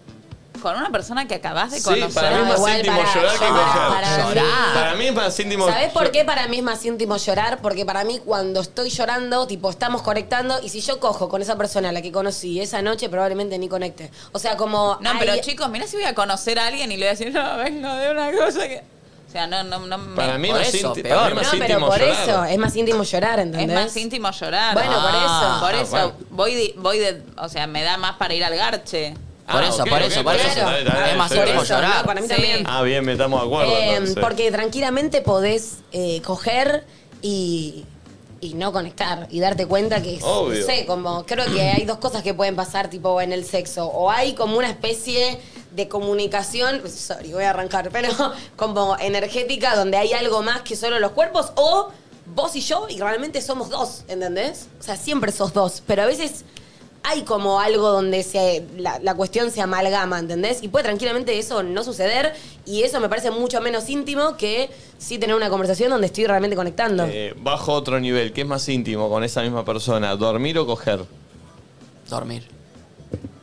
Con una persona que acabas de Sí, conocer. para mí es más Igual íntimo para- llorar que para- coger. para- Llorar. Para mí es más íntimo. ¿Sabés por llo- qué para mí es más íntimo llorar? Porque para mí cuando estoy llorando, tipo, estamos conectando y si yo cojo con esa persona a la que conocí esa noche, probablemente ni conecte. O sea, como... No, hay- pero chicos, mirá si voy a conocer a alguien y le voy a decir, no, vengo de una cosa que. O sea, no, no, no me- Para mí, Por más eso, ínti- peor. para mí No, más pero íntimo por llorar. eso, eh. es más íntimo llorar, Es ¿entendés? más íntimo llorar. Bueno, por Ah, por ah, eso bueno. voy, de, voy de. O sea, me da más para ir al garche. Por Ah, eso, ok, por ok, eso, por eso. claro. Dale, dale, Es más dale, íntimo dale. llorar. No, para mí Sí. también. Ah, bien, me estamos de acuerdo. Eh, entonces. Porque tranquilamente podés eh, coger y, y no conectar y darte cuenta que, es- Obvio. no sé, como creo que hay dos cosas que pueden pasar tipo en el sexo. O hay como una especie de comunicación, sorry, voy a arrancar, pero [laughs] como energética donde hay algo más que solo los cuerpos o vos y yo y realmente somos dos, ¿entendés? O sea, siempre sos dos, pero a veces hay como algo donde se, la, la cuestión se amalgama, ¿entendés? Y puede tranquilamente eso no suceder y eso me parece mucho menos íntimo que sí tener una conversación donde estoy realmente conectando. Eh, bajo otro nivel, ¿qué es más íntimo con esa misma persona? ¿Dormir o coger? Dormir.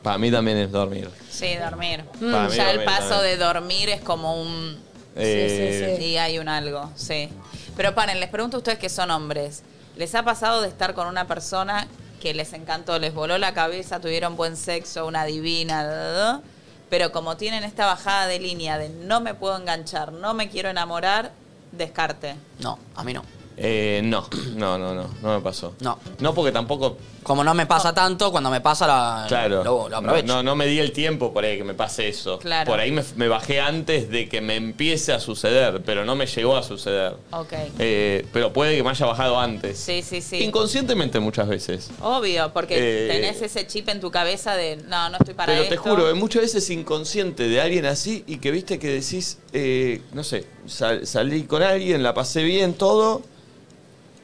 Para mí también es dormir. Sí, dormir. Para mí ya el dormir paso también. de dormir es como un... Eh, Sí. Sí, hay un algo, sí. Pero paren, les pregunto a ustedes que son hombres. ¿Les ha pasado de estar con una persona que les encantó, les voló la cabeza, tuvieron buen sexo, una divina, da, da, da? pero como tienen esta bajada de línea de no me puedo enganchar, no me quiero enamorar, descarte? No, a mí no. eh, no, no, no, no, no me pasó. No. No porque tampoco, Ah, Como no me pasa tanto, cuando me pasa la, claro, lo, lo no, aprovecho. no, no me di el tiempo por ahí que me pase eso. Claro. Por ahí me, me bajé antes de que me empiece a suceder, pero no me llegó a suceder. Ok. Eh, pero puede que me haya bajado antes. Sí, sí, sí. Inconscientemente muchas veces. Obvio, porque Eh, tenés ese chip en tu cabeza de no, no estoy para Pero te esto. juro, eh, muchas veces inconsciente de alguien así y que viste que decís, eh, no sé, sal- salí con alguien, la pasé bien, todo,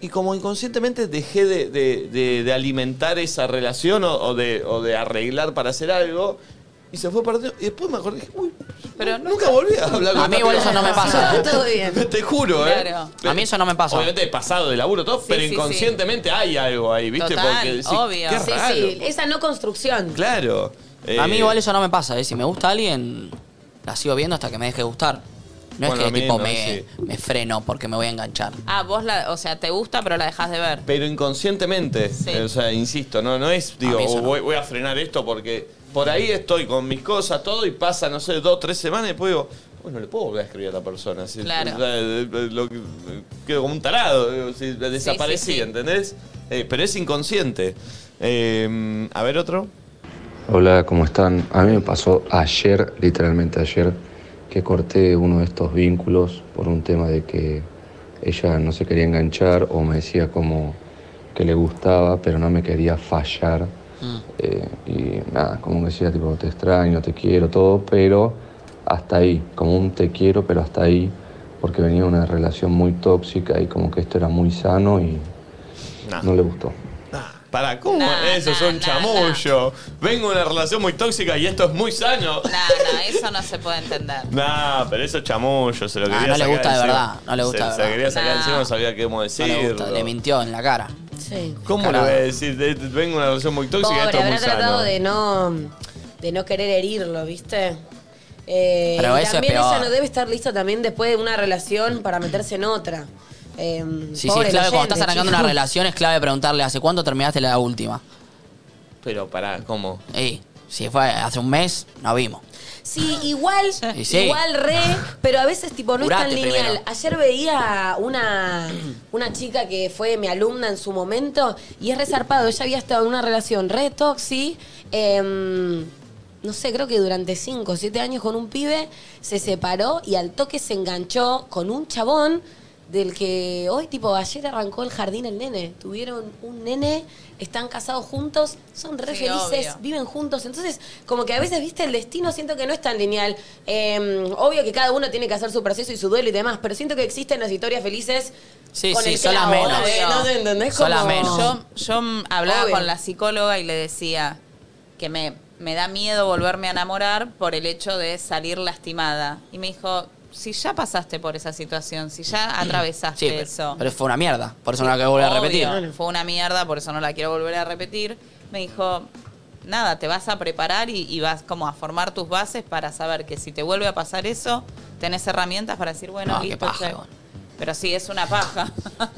y como inconscientemente dejé de, de- de- de alimentar esa relación o, o de, o de arreglar para hacer algo, y se fue perdiendo. Y después me acordé, uy, Pero nunca volví a hablar con A mí esta igual piba. eso no me [laughs] pasa. Todo bien. [laughs] Te juro, ¿eh? Claro. A mí eso no me pasa. Obviamente pasado de laburo todo, Sí, pero sí, sí. inconscientemente hay algo ahí, ¿viste? Total, Porque decís, obvio. qué Sí, raro. Ah, sí, esa no construcción. Claro. A mí Eh, igual eso no me pasa, ¿eh? Si me gusta alguien, la sigo viendo hasta que me deje gustar. No Bueno, a es mí que tipo no, me, sí. me freno porque me voy a enganchar. Ah, vos la, o sea, te gusta, pero la dejas de [laughs] ver. Pero inconscientemente. Sí. O sea, insisto, no, no es, digo, mí eso "Oh, no. voy, voy a frenar esto porque por ahí estoy con mis cosas, todo, y pasa, no sé, dos, tres semanas y después digo, bueno, no le puedo volver a escribir a la persona. si- Claro. o sea, eh, eh, lo que- quedo como un tarado, digo, si desaparecí, sí, sí. ¿entendés? Eh, pero es inconsciente. Eh, a ver otro. Hola, ¿cómo están? A mí me pasó ayer, literalmente ayer, que corté uno de estos vínculos por un tema de que ella no se quería enganchar o me decía como que le gustaba, pero no me quería fallar. Mm. Eh, y nada, como que decía, tipo, te extraño, te quiero, todo, pero hasta ahí, como un te quiero, pero hasta ahí, porque venía una relación muy tóxica y como que esto era muy sano y Nah. no le gustó. Para, ¿cómo? Nah, Eso es nah, un nah, chamullo. Vengo de una relación muy tóxica y esto es muy No, sano. no, eso no se puede entender. Nah, pero eso es chamullo, se lo Nah, quería Ah, no le sacar gusta de encima. verdad, no le gusta se, de se verdad. quería sacar Nah. encima, no sabía cómo No decirlo. le gusta, le mintió en la cara. Sí. ¿Cómo Carajo. le voy a decir? De- de- Vengo de una relación muy tóxica, Pobre, esto es muy habrá tratado sano. de no de no querer herirlo, ¿viste? Eh, Pero y eso es también peor. ella no debe estar lista también después de una relación para meterse en otra. Eh, Sí, sí, pobre es clave. el Cuando estás oyente, arrancando chico. una relación, es clave preguntarle hace cuánto terminaste la última. Pero pará, ¿cómo? Y si fue hace un mes, nos vimos. Sí, igual, Y sí. igual re, pero a veces tipo no Curate es tan lineal. primero. Ayer veía una, una chica que fue mi alumna en su momento y es resarpado. Ella había estado en una relación re toxi. em, no sé, creo que durante 5 o 7 años con un pibe se separó y al toque se enganchó con un chabón del que hoy, tipo, ayer arrancó el jardín el nene. Tuvieron un nene, están casados juntos, son re Sí, felices, obvio. viven juntos. Entonces, como que a veces, viste, el destino siento que no es tan lineal. Eh, obvio que cada uno tiene que hacer su proceso y su duelo y demás, pero siento que existen las historias felices. Sí, con sí, el son las clavo, menos. eh, ¿No te entendés? Son las Como- menos. Yo, yo hablaba Obvio. con la psicóloga y le decía que me, me da miedo volverme a enamorar por el hecho de salir lastimada. Y me dijo, si ya pasaste por esa situación, si ya atravesaste Sí, pero- eso. pero fue una mierda. Por eso no la que volver a Obvio, repetir. Fue una mierda, por eso no la quiero volver a repetir. Me dijo, nada, te vas a preparar y, y vas como a formar tus bases para saber que si te vuelve a pasar eso, tenés herramientas para decir, bueno, No, Ah, qué listo, paja, che. bueno. Pero sí, es una paja. [laughs]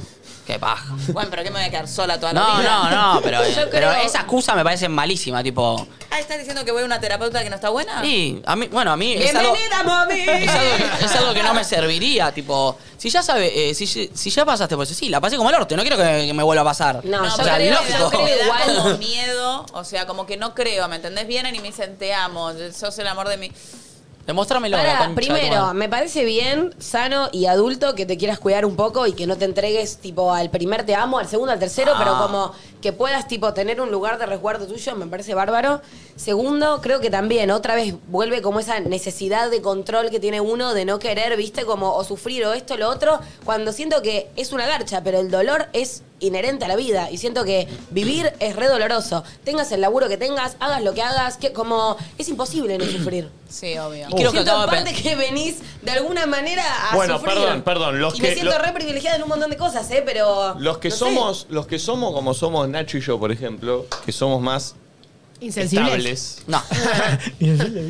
Qué paja. bueno, pero ¿qué me voy a quedar sola toda la No, vida? no, no, pero, [laughs] Yo pero creo- esa excusa me parece malísima, tipo. Ah, ¿estás diciendo que voy a una terapeuta que no está Ah. buena? Y a mí, bueno, a mí es algo, ¡Bienvenida, mami! es, algo que, es algo que no me serviría, tipo, si ya sabe, eh, si, si ya pasaste por eso, sí, la pasé como el orte, no quiero que, que me vuelva a pasar. No, No, yo O pero sea, creo- lógico. yo creo que me da Igual. como miedo, o sea, como que no creo, ¿me entendés? Vienen y me dicen, te amo, sos el amor de mi... Demostrármelo. la Pará, concha de tu primero, madre. me parece bien, sano y adulto que te quieras cuidar un poco y que no te entregues tipo al primer te Ah. amo, al segundo, al tercero, pero como que puedas tipo tener un lugar de resguardo tuyo, me parece bárbaro. Segundo, creo que también otra vez vuelve como esa necesidad de control que tiene uno de no querer, viste, como o sufrir o esto, lo otro, cuando siento que es una garcha, pero el dolor es inherente a la vida y siento que vivir es re doloroso. Tengas el laburo que tengas, hagas lo que hagas, que como es imposible no sufrir. Sí, obvio. Y creo que siento acaba de aparte que venís de alguna manera a Bueno, sufrir. perdón, perdón, los y que- me siento lo- re privilegiada en un montón de cosas, ¿eh? Pero... Los que no sé. somos, los que somos como somos Nacho y yo, por ejemplo, que somos más Insensibles. estables. No,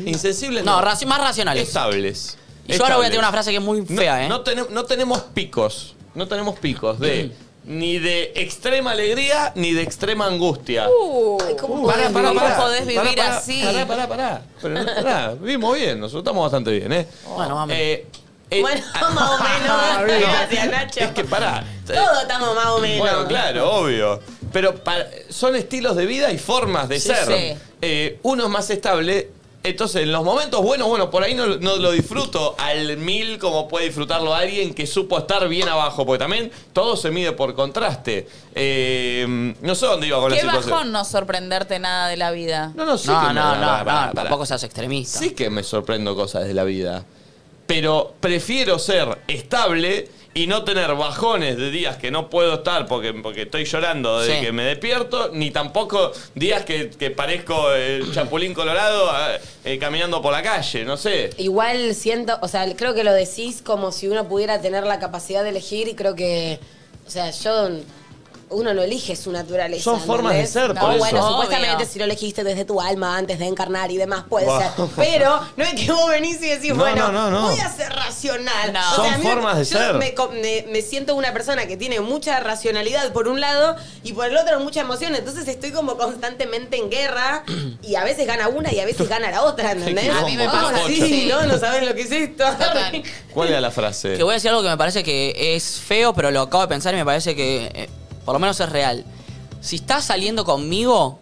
Insensibles no, raci- más racionales. Estables. Y yo ahora voy a Estables. tener una frase que es muy No- fea, ¿eh? No, tenem- no tenemos picos. No tenemos picos de. Ni de extrema alegría ni de extrema angustia. Ay, ¿cómo Uh, podés pará, pará, vivir? pará. ¿Cómo podés Pará, vivir pará, así? Pará, pará, pará. Pero no, pará, vivimos bien, nosotros estamos bastante bien, ¿eh? Bueno, vamos. Eh, eh, Bueno, más o [laughs] menos. no, Gracias, Nacho. Es que pará. eh, Todos estamos más o menos. Bueno, claro, obvio. Pero pa- son estilos de vida y formas de Sí, ser. sí. Eh, uno es más estable. Entonces, en los momentos buenos, bueno, por ahí no, no lo disfruto al mil como puede disfrutarlo alguien que supo estar bien abajo, porque también todo se mide por contraste. Eh, no sé dónde iba con la Qué situación. bajón no sorprenderte nada de la vida. No, no, sí no, que me- no, pará, no, pará, no, pará. tampoco seas extremista. Sí que me sorprendo cosas de la vida. Pero prefiero ser estable y no tener bajones de días que no puedo estar porque, porque estoy llorando desde Sí. que me despierto, ni tampoco días que, que parezco el chapulín colorado eh, eh, caminando por la calle, no sé. Igual siento, o sea, creo que lo decís como si uno pudiera tener la capacidad de elegir y creo que, o sea, yo, uno no elige su naturaleza. Son formas de ¿entendés? ser, No, por eso. bueno, Obvio. supuestamente si lo elegiste desde tu alma antes de encarnar y demás, puede Wow. ser. Pero no es que vos venís y decís, No, bueno, no, no, no. voy a ser racional. No. O sea, Son a mí me- formas de yo ser. Me, co- me- me siento una persona que tiene mucha racionalidad por un lado y por el otro mucha emoción, entonces estoy como constantemente en guerra y a veces gana una y a veces gana la otra, ¿entendés? quilombo, A mí me Ah, pasa, sí, sí. no, no saben lo que es esto. Total. ¿Cuál era la frase? Que voy a decir algo que me parece que es feo, pero lo acabo de pensar y me parece que eh, por lo menos es real. Si estás saliendo conmigo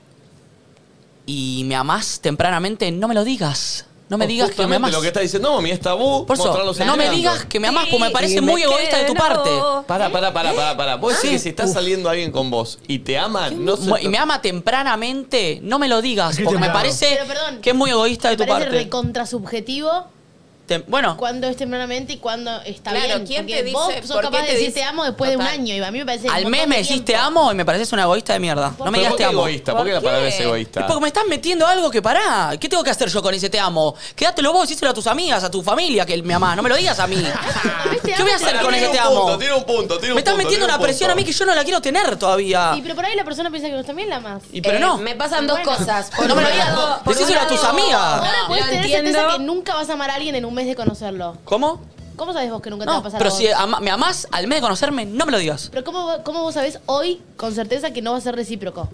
y me amás tempranamente, no me lo digas. No me digas que me Oh, Justamente amás. lo que está diciendo, no, mi es tabú. Por eso, mostrarlos en no me blanco. digas que me amás, porque me Sí, parece y muy me egoísta de tu quedo. parte. Pará, pará, pará, pará, pará. Vos decís que Ah. si está saliendo alguien con vos y te ama, no se... Y me ama tempranamente, no me lo digas, Qué porque me temprano. parece Pero perdón, que es muy egoísta de Me tu parece parte. recontrasubjetivo Tem- bueno, cuándo es tempranamente y cuándo está Claro, bien. ¿quién porque te dice- vos por sos qué capaz te de decir dice- te amo después de Total. un año y a mí me parece al un mes montón me de decís tiempo. te amo y me pareces una egoísta de mierda. No Pero me digas ¿por te qué amo. egoísta? ¿Por qué la ¿Por palabra qué? es egoísta? Es porque me estás metiendo algo que pará. ¿Qué tengo que hacer yo con ese te amo? Quédatelo vos, díselo a tus amigas, a tu familia, que mi mamá. No me lo digas a mí. te ¿Qué voy a amo. hacer con Tiene ese un te punto, amo? Tiene un punto, tiene un Me estás punto, metiendo tiene un una presión a mí punto. que yo no la quiero tener todavía. Y pero por ahí la persona piensa que vos también la amás. Y pero no. eh, Me pasan dos Bueno. cosas. [laughs] No me lo digas. por un Decíselo a tus lado- amigas. Ahora No, podés lo tener entiendo. certeza que nunca vas a amar a alguien en un mes de conocerlo. ¿Cómo? ¿Cómo sabés vos que nunca te va No, a pasar pero a vos? si ama- me amás al mes de conocerme, no me lo digas. Pero ¿cómo, vos- ¿cómo vos sabés hoy con certeza que no va a ser recíproco?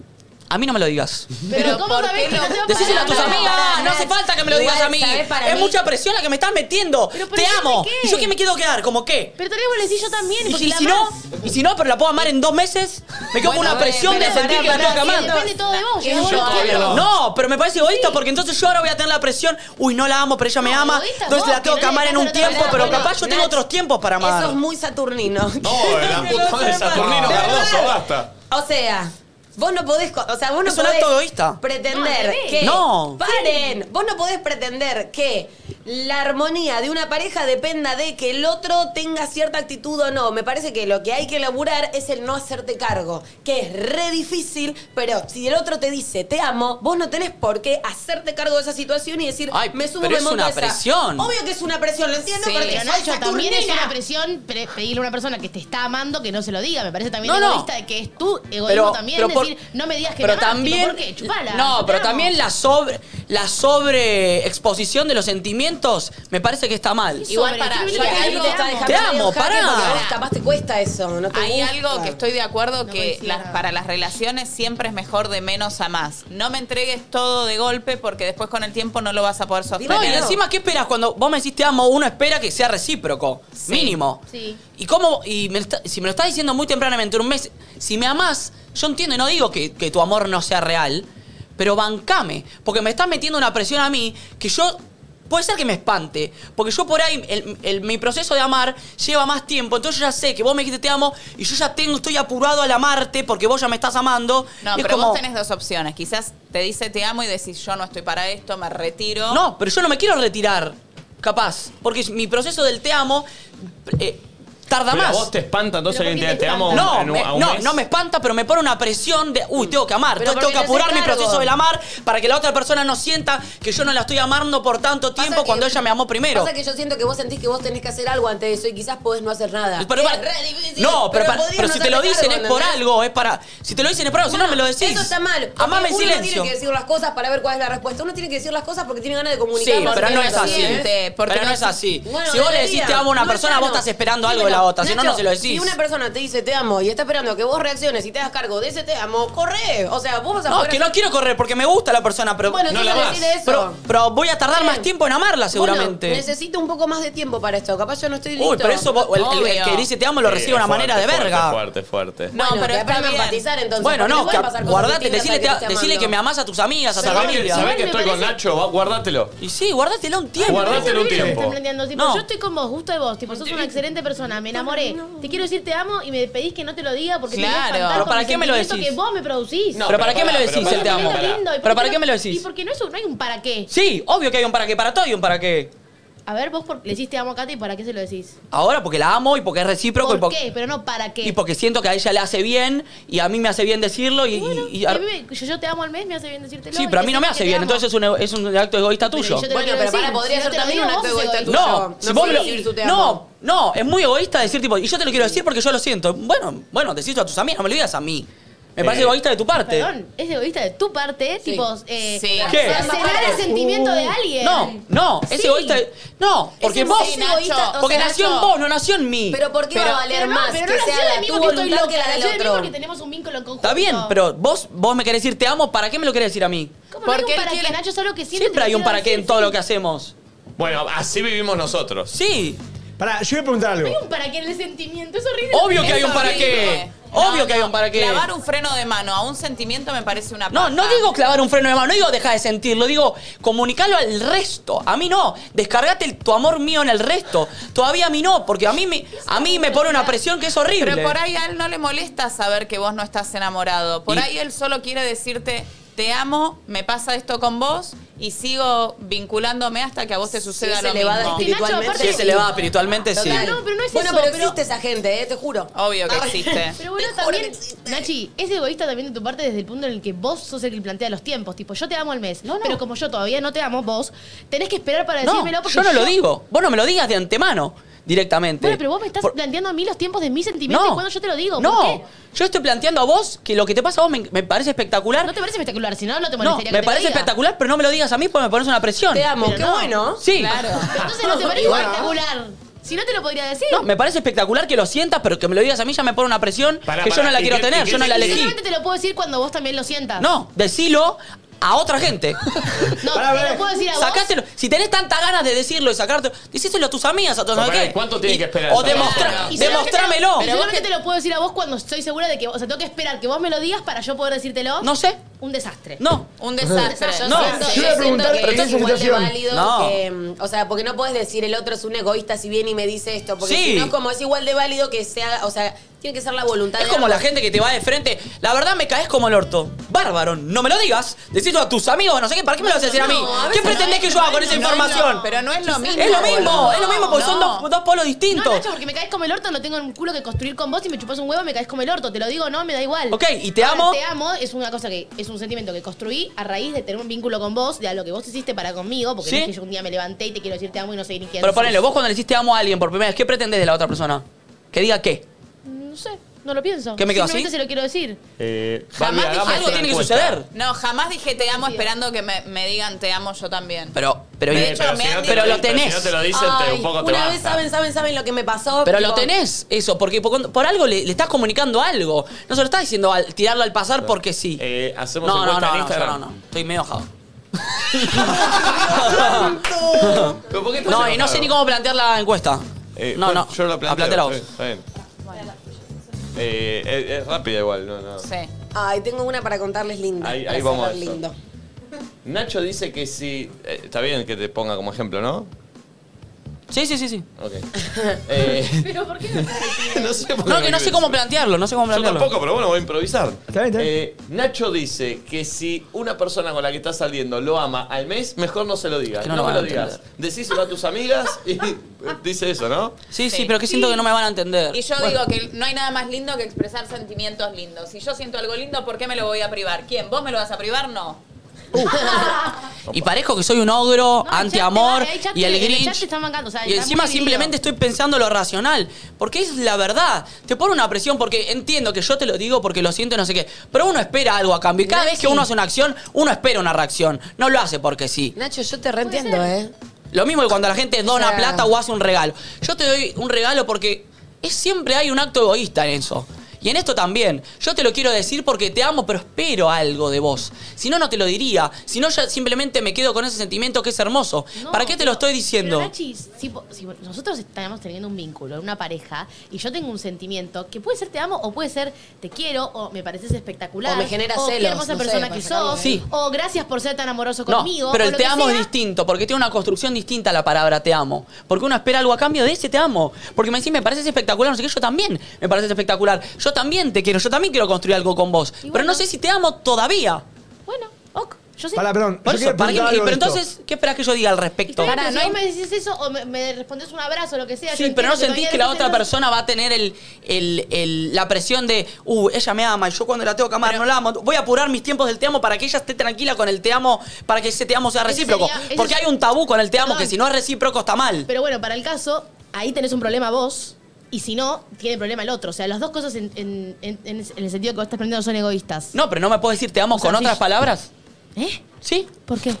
A mí no me lo digas. Pero, Pero ¿cómo ¿por sabés qué que no? no te va a pasar Decíselo a tus nada? amigas, pará, no hace pará. falta que me lo digas Igual, a mí. ¿sabés? Para Es mí- mucha presión la que me estás metiendo. Pero, pero Te ¿yo amo. qué? ¿Y yo qué me quiero quedar? ¿Cómo qué? Pero tal vez vos le decís yo también, Y, porque y la si no, amás. y si no, pero la puedo amar en dos meses, me quedo con Bueno, una presión de pero sentir pará, que la pará, tengo que amar. siento- Depende todo de vos. Yo llegás vos lo quiero- quiero. No. No, pero me parece egoísta porque entonces yo ahora voy a tener la presión, uy, no la amo, pero ella me No, ama, egoísta entonces vos, la tengo que que no le amar en un das a la tiempo, otra pero persona. capaz yo tengo Nach, otros tiempos para amar. Eso es muy saturnino. [laughs] No, el amputón de Saturnino De Cardoso, verdad. basta. O sea, vos no podés, co- o sea, vos no Es un podés acto egoísta. pretender No, al revés. que No. paren, vos no podés pretender que la armonía de una pareja dependa de que el otro tenga cierta actitud o no. Me parece que lo que hay que laburar es el no hacerte cargo, que es re difícil, pero si el otro te dice te amo, vos no tenés por qué hacerte cargo de esa situación y decir Ay, me sumo pero me es monto una a esa". presión. Obvio que es una presión, lo entiendo, Sí, pero Pero te Nacho, falta también es turnina. una presión pre- pedirle a una persona que te está amando que no se lo diga. Me parece también No, no. egoísta de que es tu egoísmo también pero por- decir, no me digas que pero me amas, también, tipo, ¿por qué? Chupala, No, te pero amo. también la sobre la sobreexposición de los sentimientos me parece que está mal. Eso, Igual Sobre, para, sí, yo mira, hay ahí algo- te está dejando Te amo, medio jaque pará. porque a vos capaz te cuesta eso, no te Hay gusta. algo que estoy de acuerdo No que coincido las- nada. para las relaciones siempre es mejor de menos a más. No me entregues todo de golpe porque después con el tiempo no lo vas a poder sostener. No, y Claro. encima, ¿qué esperas? Cuando vos me decís te amo, uno espera que sea recíproco. Sí. Mínimo. Sí. Y cómo, y me lo está- si me lo estás diciendo muy tempranamente, en un mes, si me amás, yo entiendo y no digo que, que tu amor no sea real, pero bancame. Porque me estás metiendo una presión a mí que yo puede ser que me espante. Porque yo por ahí, el- el- mi proceso de amar lleva más tiempo. Entonces yo ya sé que vos me dijiste te amo y yo ya tengo, estoy apurado al amarte porque vos ya me estás amando. No, Y es pero como- vos tenés dos opciones. Quizás te dice te amo y decís yo no estoy para esto, me retiro. No, pero yo no me quiero retirar. Capaz. Porque mi proceso del te amo eh, tarda Pero a más. vos te espanta, entonces ¿Pero por alguien qué te, te te amo No, en un- me- a un no, mes. no me espanta, pero me pone una presión de, uy, tengo que amar, Pero entonces tengo que porque te apurar haces mi cargo. proceso del amar para que la otra persona no sienta que yo no la estoy amando por tanto Pasa tiempo que- cuando ella me amó primero. Pasa que yo siento que vos sentís que vos tenés que hacer algo antes de eso y quizás podés no hacer nada. Pero Es para- re difícil, no, pero, para- podrías pero no si te lo hacerte dicen cargo, es por ¿entendés? algo, es para. Si te lo dicen es por algo, si no me lo decís. Eso está mal. porque Amame en uno silencio. no tiene que decir las cosas para ver cuál es la respuesta. Uno tiene que decir las cosas porque tiene ganas de Sí, comunicar. pero porque no es lo así. siente. siente, porque pero no no es se- así. Bueno, si vos le debería. decís te amo a una No es persona, vos sano. estás esperando Sí, algo de pero, la otra. Si no, no Nacho, se lo decís. Si una persona te dice te amo y está esperando que vos reacciones y te hagas cargo de ese te amo, corre. O sea, vos vas a No, poder es que no hacer- quiero correr porque me gusta la persona, pero. Bueno, no entonces la decir vas. eso. pero, pero voy a tardar Bien. más tiempo en amarla seguramente. Bueno, necesito un poco más de tiempo para esto. Capaz yo no estoy listo. Uy, pero eso vos- el, el- el Obvio. que dice te amo lo recibe de una fuerte, manera de fuerte, verga. Fuerte, fuerte. No, Bueno, pero que está aprendan bien. a empatizar entonces. Bueno, porque no, le pueden que- pasar cosas guardate, distintas decile, al que te- esté decile amando. que me amás a tus amigas, a tu Pero ¿Sabés que, familia. igual sabés que me estoy con parece- Nacho? Va- Guardátelo. Y sí, guárdatelo un tiempo. Me parece Guardátelo un horrible que tiempo. estén prendiendo. Tipo, No. Yo estoy como justo de vos, tipo, sos una excelente persona, me enamoré. Te quiero decir te amo y me pedís que no te lo diga porque te voy a Claro. espantar Pero con ¿para mi qué me lo sentimiento decís? que vos me producís. No, pero ¿para pero qué me lo pará, decís pero el te pará, amo? pará. Lindo, ¿y ¿Pero por para no- qué me lo Y decís? porque no es un, no hay un para qué. Sí, obvio que hay un para qué, para todo hay un para qué. A ver, vos por- le decís te amo a Katy y para qué se lo decís. Ahora porque la amo y porque es recíproco y ¿Por porque, qué? Pero no para qué. y porque siento que a ella le hace bien y a mí me hace bien decirlo y... y- Bueno, y- y a mí me- yo, yo te amo al mes, me hace bien decírtelo. sí, y pero a mí no me decirme hace que te bien, amo. entonces es un, es un acto egoísta Pero tuyo. yo te lo Bueno, quiero pero pará, decir, podría si no ser te lo también digo, un vos acto sos egoísta egoísta. tuyo. No, No si vos me lo- puedes decir tu te no, amo. no, es muy egoísta decir tipo, y yo te lo quiero decir porque yo lo siento. Bueno, bueno, decís a tus amigas, no me lo digas a mí. Me parece Eh, egoísta de tu parte. Perdón, es egoísta de tu parte, Sí. tipo, eh, Sí. este- ¿Qué? cenar el sentimiento de alguien. No, no, es Sí. egoísta. de- No, porque Es vos. sí, egoísta, o porque sea, nació en Nacho, vos, no nació en mí. Pero ¿por qué va a valer Pero no, más pero no que nació sea de la mí tu porque estoy voluntad loca, que la nació de mí del otro? porque tenemos un vínculo en conjunto. Está bien, pero vos, vos me querés decir te amo, ¿para qué me lo querés decir a mí? ¿Cómo no hay Porque un él para qué, quiere- Nacho? Solo que siempre te Siempre lo hay un quiero para qué decir, en todo sí. lo que hacemos. Bueno, así vivimos nosotros. Sí, Pará, yo voy a preguntar algo. Hay un para qué en el sentimiento, es horrible. obvio que Es hay un para qué. horrible. Obvio No, que hay no, un para qué. Clavar un freno de mano a un sentimiento me parece una No, no paja. digo clavar un freno de mano, no digo dejar de sentirlo, digo comunicarlo al resto. A mí no, descargate el- tu amor mío en el resto. Todavía a mí no, porque a mí me, a mí me pone una presión que es horrible. Pero por ahí a él no le molesta saber que vos no estás enamorado. Por Y- ahí él solo quiere decirte, te amo, me pasa esto con vos y sigo vinculándome hasta que a vos te suceda Sí, lo se le va mismo. a dar Es que Nacho, espiritualmente. aparte- Sí, se le va espiritualmente, sí. Ah, Total. No, pero no es bueno, eso, Bueno, pero pero- existe esa gente, eh, te juro. Obvio que [laughs] existe. Pero bueno, Te juro también, que existe. Nachi, es egoísta también de tu parte desde el punto en el que vos sos el que plantea los tiempos. Tipo, yo te amo al mes, No, no. pero como yo todavía no te amo, vos tenés que esperar para No, decírmelo porque yo no lo digo. Vos no me lo digas de antemano, directamente. Bueno, pero vos me estás Este, Por- planteando a mí los tiempos de mis sentimientos y cuando yo te lo digo. No, ¿Por qué? yo estoy planteando a vos que lo que te pasa a vos me, me parece espectacular. No te parece espectacular, si no, no te No, molestaría. que me te lo parece diga. espectacular, pero no me lo digas a mí porque me pones una presión. Te amo, qué no. bueno. Sí. Claro. Pero Entonces no te parece Igual. espectacular. Si no te lo podría decir. No, me parece espectacular que lo sientas, pero que me lo digas a mí ya me pone una presión Pará, que yo pará, no la ¿y quiero qué- tener, y qué yo no la te- Y elegí. solamente te lo puedo decir cuando vos también lo sientas. No, decilo a [laughs] otra gente. No, Pará, te pará. lo puedo decir a vos. Sacáselo. Si tenés tantas ganas de decirlo y sacártelo, decíselo a tus amigas, a tus Pero ¿sabes pará, qué? ¿cuánto tienen Y- que esperar O esa demostra- persona? Y solamente demostrámelo. te- y solamente te lo puedo decir a vos cuando estoy segura de que. O sea, tengo que esperar que vos me lo digas para yo poder decírtelo. No sé. Un desastre. No. Un desastre. Yo No, siento, yo yo iba a preguntar, pero siento que esa es igual de situación. válido No. que, mm, o sea, porque no puedes decir el otro es un egoísta si viene y me dice esto, porque Sí. si no como es igual de válido que sea, o sea, tiene que ser la voluntad. Es de como la ambos. gente que te va de frente. La verdad me caes como el orto. Bárbaro, no me lo digas. Decíselo a tus amigos, no sé qué. ¿Para qué me lo vas a decir a mí? no, a veces ¿Qué pretendés no, que yo haga con esa no, no, información? Pero no es lo mismo. es lo mismo, boludo. es lo mismo, porque son No. dos, dos polos No, distintos. Nacho, porque me caes como el orto, no tengo un culo que construir con vos y me chupas un huevo, me caes como el orto, te lo digo, no, me da igual. Ok, ¿y te Ahora, amo? Te amo es una cosa que es un sentimiento que construí a raíz de tener un vínculo con vos, de a lo que vos hiciste para conmigo, porque Sí. no es que yo un día me levanté y te quiero decir te amo y no sé ni quién Pero sos. ponele, vos cuando le hiciste amo a alguien por primera vez, ¿qué pretendés de la otra persona? Que diga qué. No sé, no lo pienso. ¿Qué me quedo Simplemente así? se lo quiero decir. Eh, Jamás Barbie, dije hagamos algo una tiene que encuesta. suceder. No, jamás dije te amo esperando que me, me digan te amo yo también. Pero, pero, Eh, hecho, me si han no te dicho- pero lo dicen- tenés. Si no te lo dicen, "Este, te- un poco te una basta. vez saben, saben, saben lo que me pasó. Pero lo tipo, tenés, eso, porque por, por algo le, le estás comunicando algo. No se lo estás diciendo al tirarlo al pasar porque sí. Eh, hacemos no, no, encuesta no, en no, yo Instagram. no, no. Estoy medio [laughs] enojado. ¿Pero por qué estás No, y no enojado? sé ni cómo plantear la encuesta. Eh, no, bueno, no. Yo lo planteo. Planteala vos. Está bien, está bien. Eh, es, es rápida igual, no, no. Sí. Ay, tengo una para contarles linda. Ahí- para ahí vamos cerrar a eso. lindo. Nacho dice que si. eh, está bien que te ponga como ejemplo, ¿no? Sí, sí, sí, sí. [laughs] Ok. Eh, Pero ¿por [laughs] qué no? no sé por qué No, que no quiero sé cómo decir. plantearlo, no sé cómo Yo plantearlo. tampoco, pero bueno, voy a improvisar. Está bien, está bien. Eh, Nacho dice que si una persona con la que estás saliendo lo ama al mes, mejor no se lo digas. que no no lo me van a lo digas. entender. Decíselo a tus amigas y [laughs] dice eso, ¿no? Sí, sí, Sí. pero que siento que no me van a entender. Y yo digo que no hay nada más lindo que expresar sentimientos lindos. Si yo siento algo lindo, ¿por qué me lo voy a privar? ¿Quién? ¿Vos me lo vas a privar? No. Y parezco que soy un ogro, No, el anti-amor chat te va- el chat y el te- el Grinch. chat te está bancando, o sea, y está encima muy dividido. simplemente estoy pensando lo racional. Porque es la verdad. Te pone una presión porque entiendo que yo te lo digo porque lo siento y no sé qué. Pero uno espera algo a cambio. Y cada Nadie vez que sí. uno hace una acción, uno espera una reacción. No lo hace porque sí. Nacho, yo te reentiendo, ¿eh? Lo mismo que cuando la gente dona O sea- plata o hace un regalo. Yo te doy un regalo porque es, siempre hay un acto egoísta en eso. Y en esto también. Yo te lo quiero decir porque te amo, pero espero algo de vos. Si no, no te lo diría. Si no, ya simplemente me quedo con ese sentimiento que es hermoso. No, ¿Para qué te pero- lo estoy pero, diciendo? Nachi, si, po- si nosotros estamos teniendo un vínculo, una pareja, y yo tengo un sentimiento que puede ser te amo o puede ser te quiero o me pareces espectacular. O me genera o qué celos, hermosa no sé, persona para que sacarlo sos. de ahí. Sí. O gracias por ser tan amoroso No, conmigo. pero o el lo te que amo es sea. distinto, porque tiene una construcción distinta la palabra te amo. Porque uno espera algo a cambio de ese te amo. Porque me decís, me pareces espectacular, no sé qué, yo también me pareces espectacular. Yo también te quiero, yo también quiero construir algo con vos. Pero bueno. no sé si te amo todavía. Bueno, ok, yo sé. Pará, perdón. Por yo eso, quería ¿para qué- preguntar y- algo pero de esto. entonces, ¿qué esperás que yo diga al respecto? Pará, Pará, si no vos hay- me decís eso o me, me respondes un abrazo o lo que sea. yo Sí, pero entiendo no que sentís todavía que la no otra tenés- persona va a tener el, el- el- la presión de, uh, ella me ama, y yo cuando la tengo que amar no la amo. Voy a apurar mis tiempos del te amo para que ella esté tranquila con el te amo, para que ese te amo sea Ese recíproco. sería- ese Porque es- hay un tabú con el te amo Perdón. que si no es recíproco está mal. Pero bueno, para el caso, ahí tenés un problema vos. Y si no, tiene problema el otro. O sea, las dos cosas en, en- en- en el sentido que vos estás planteando son egoístas. No, pero no me puedo decir te amo sea, con sí. otras palabras. ¿Eh? ¿Sí? ¿Por qué?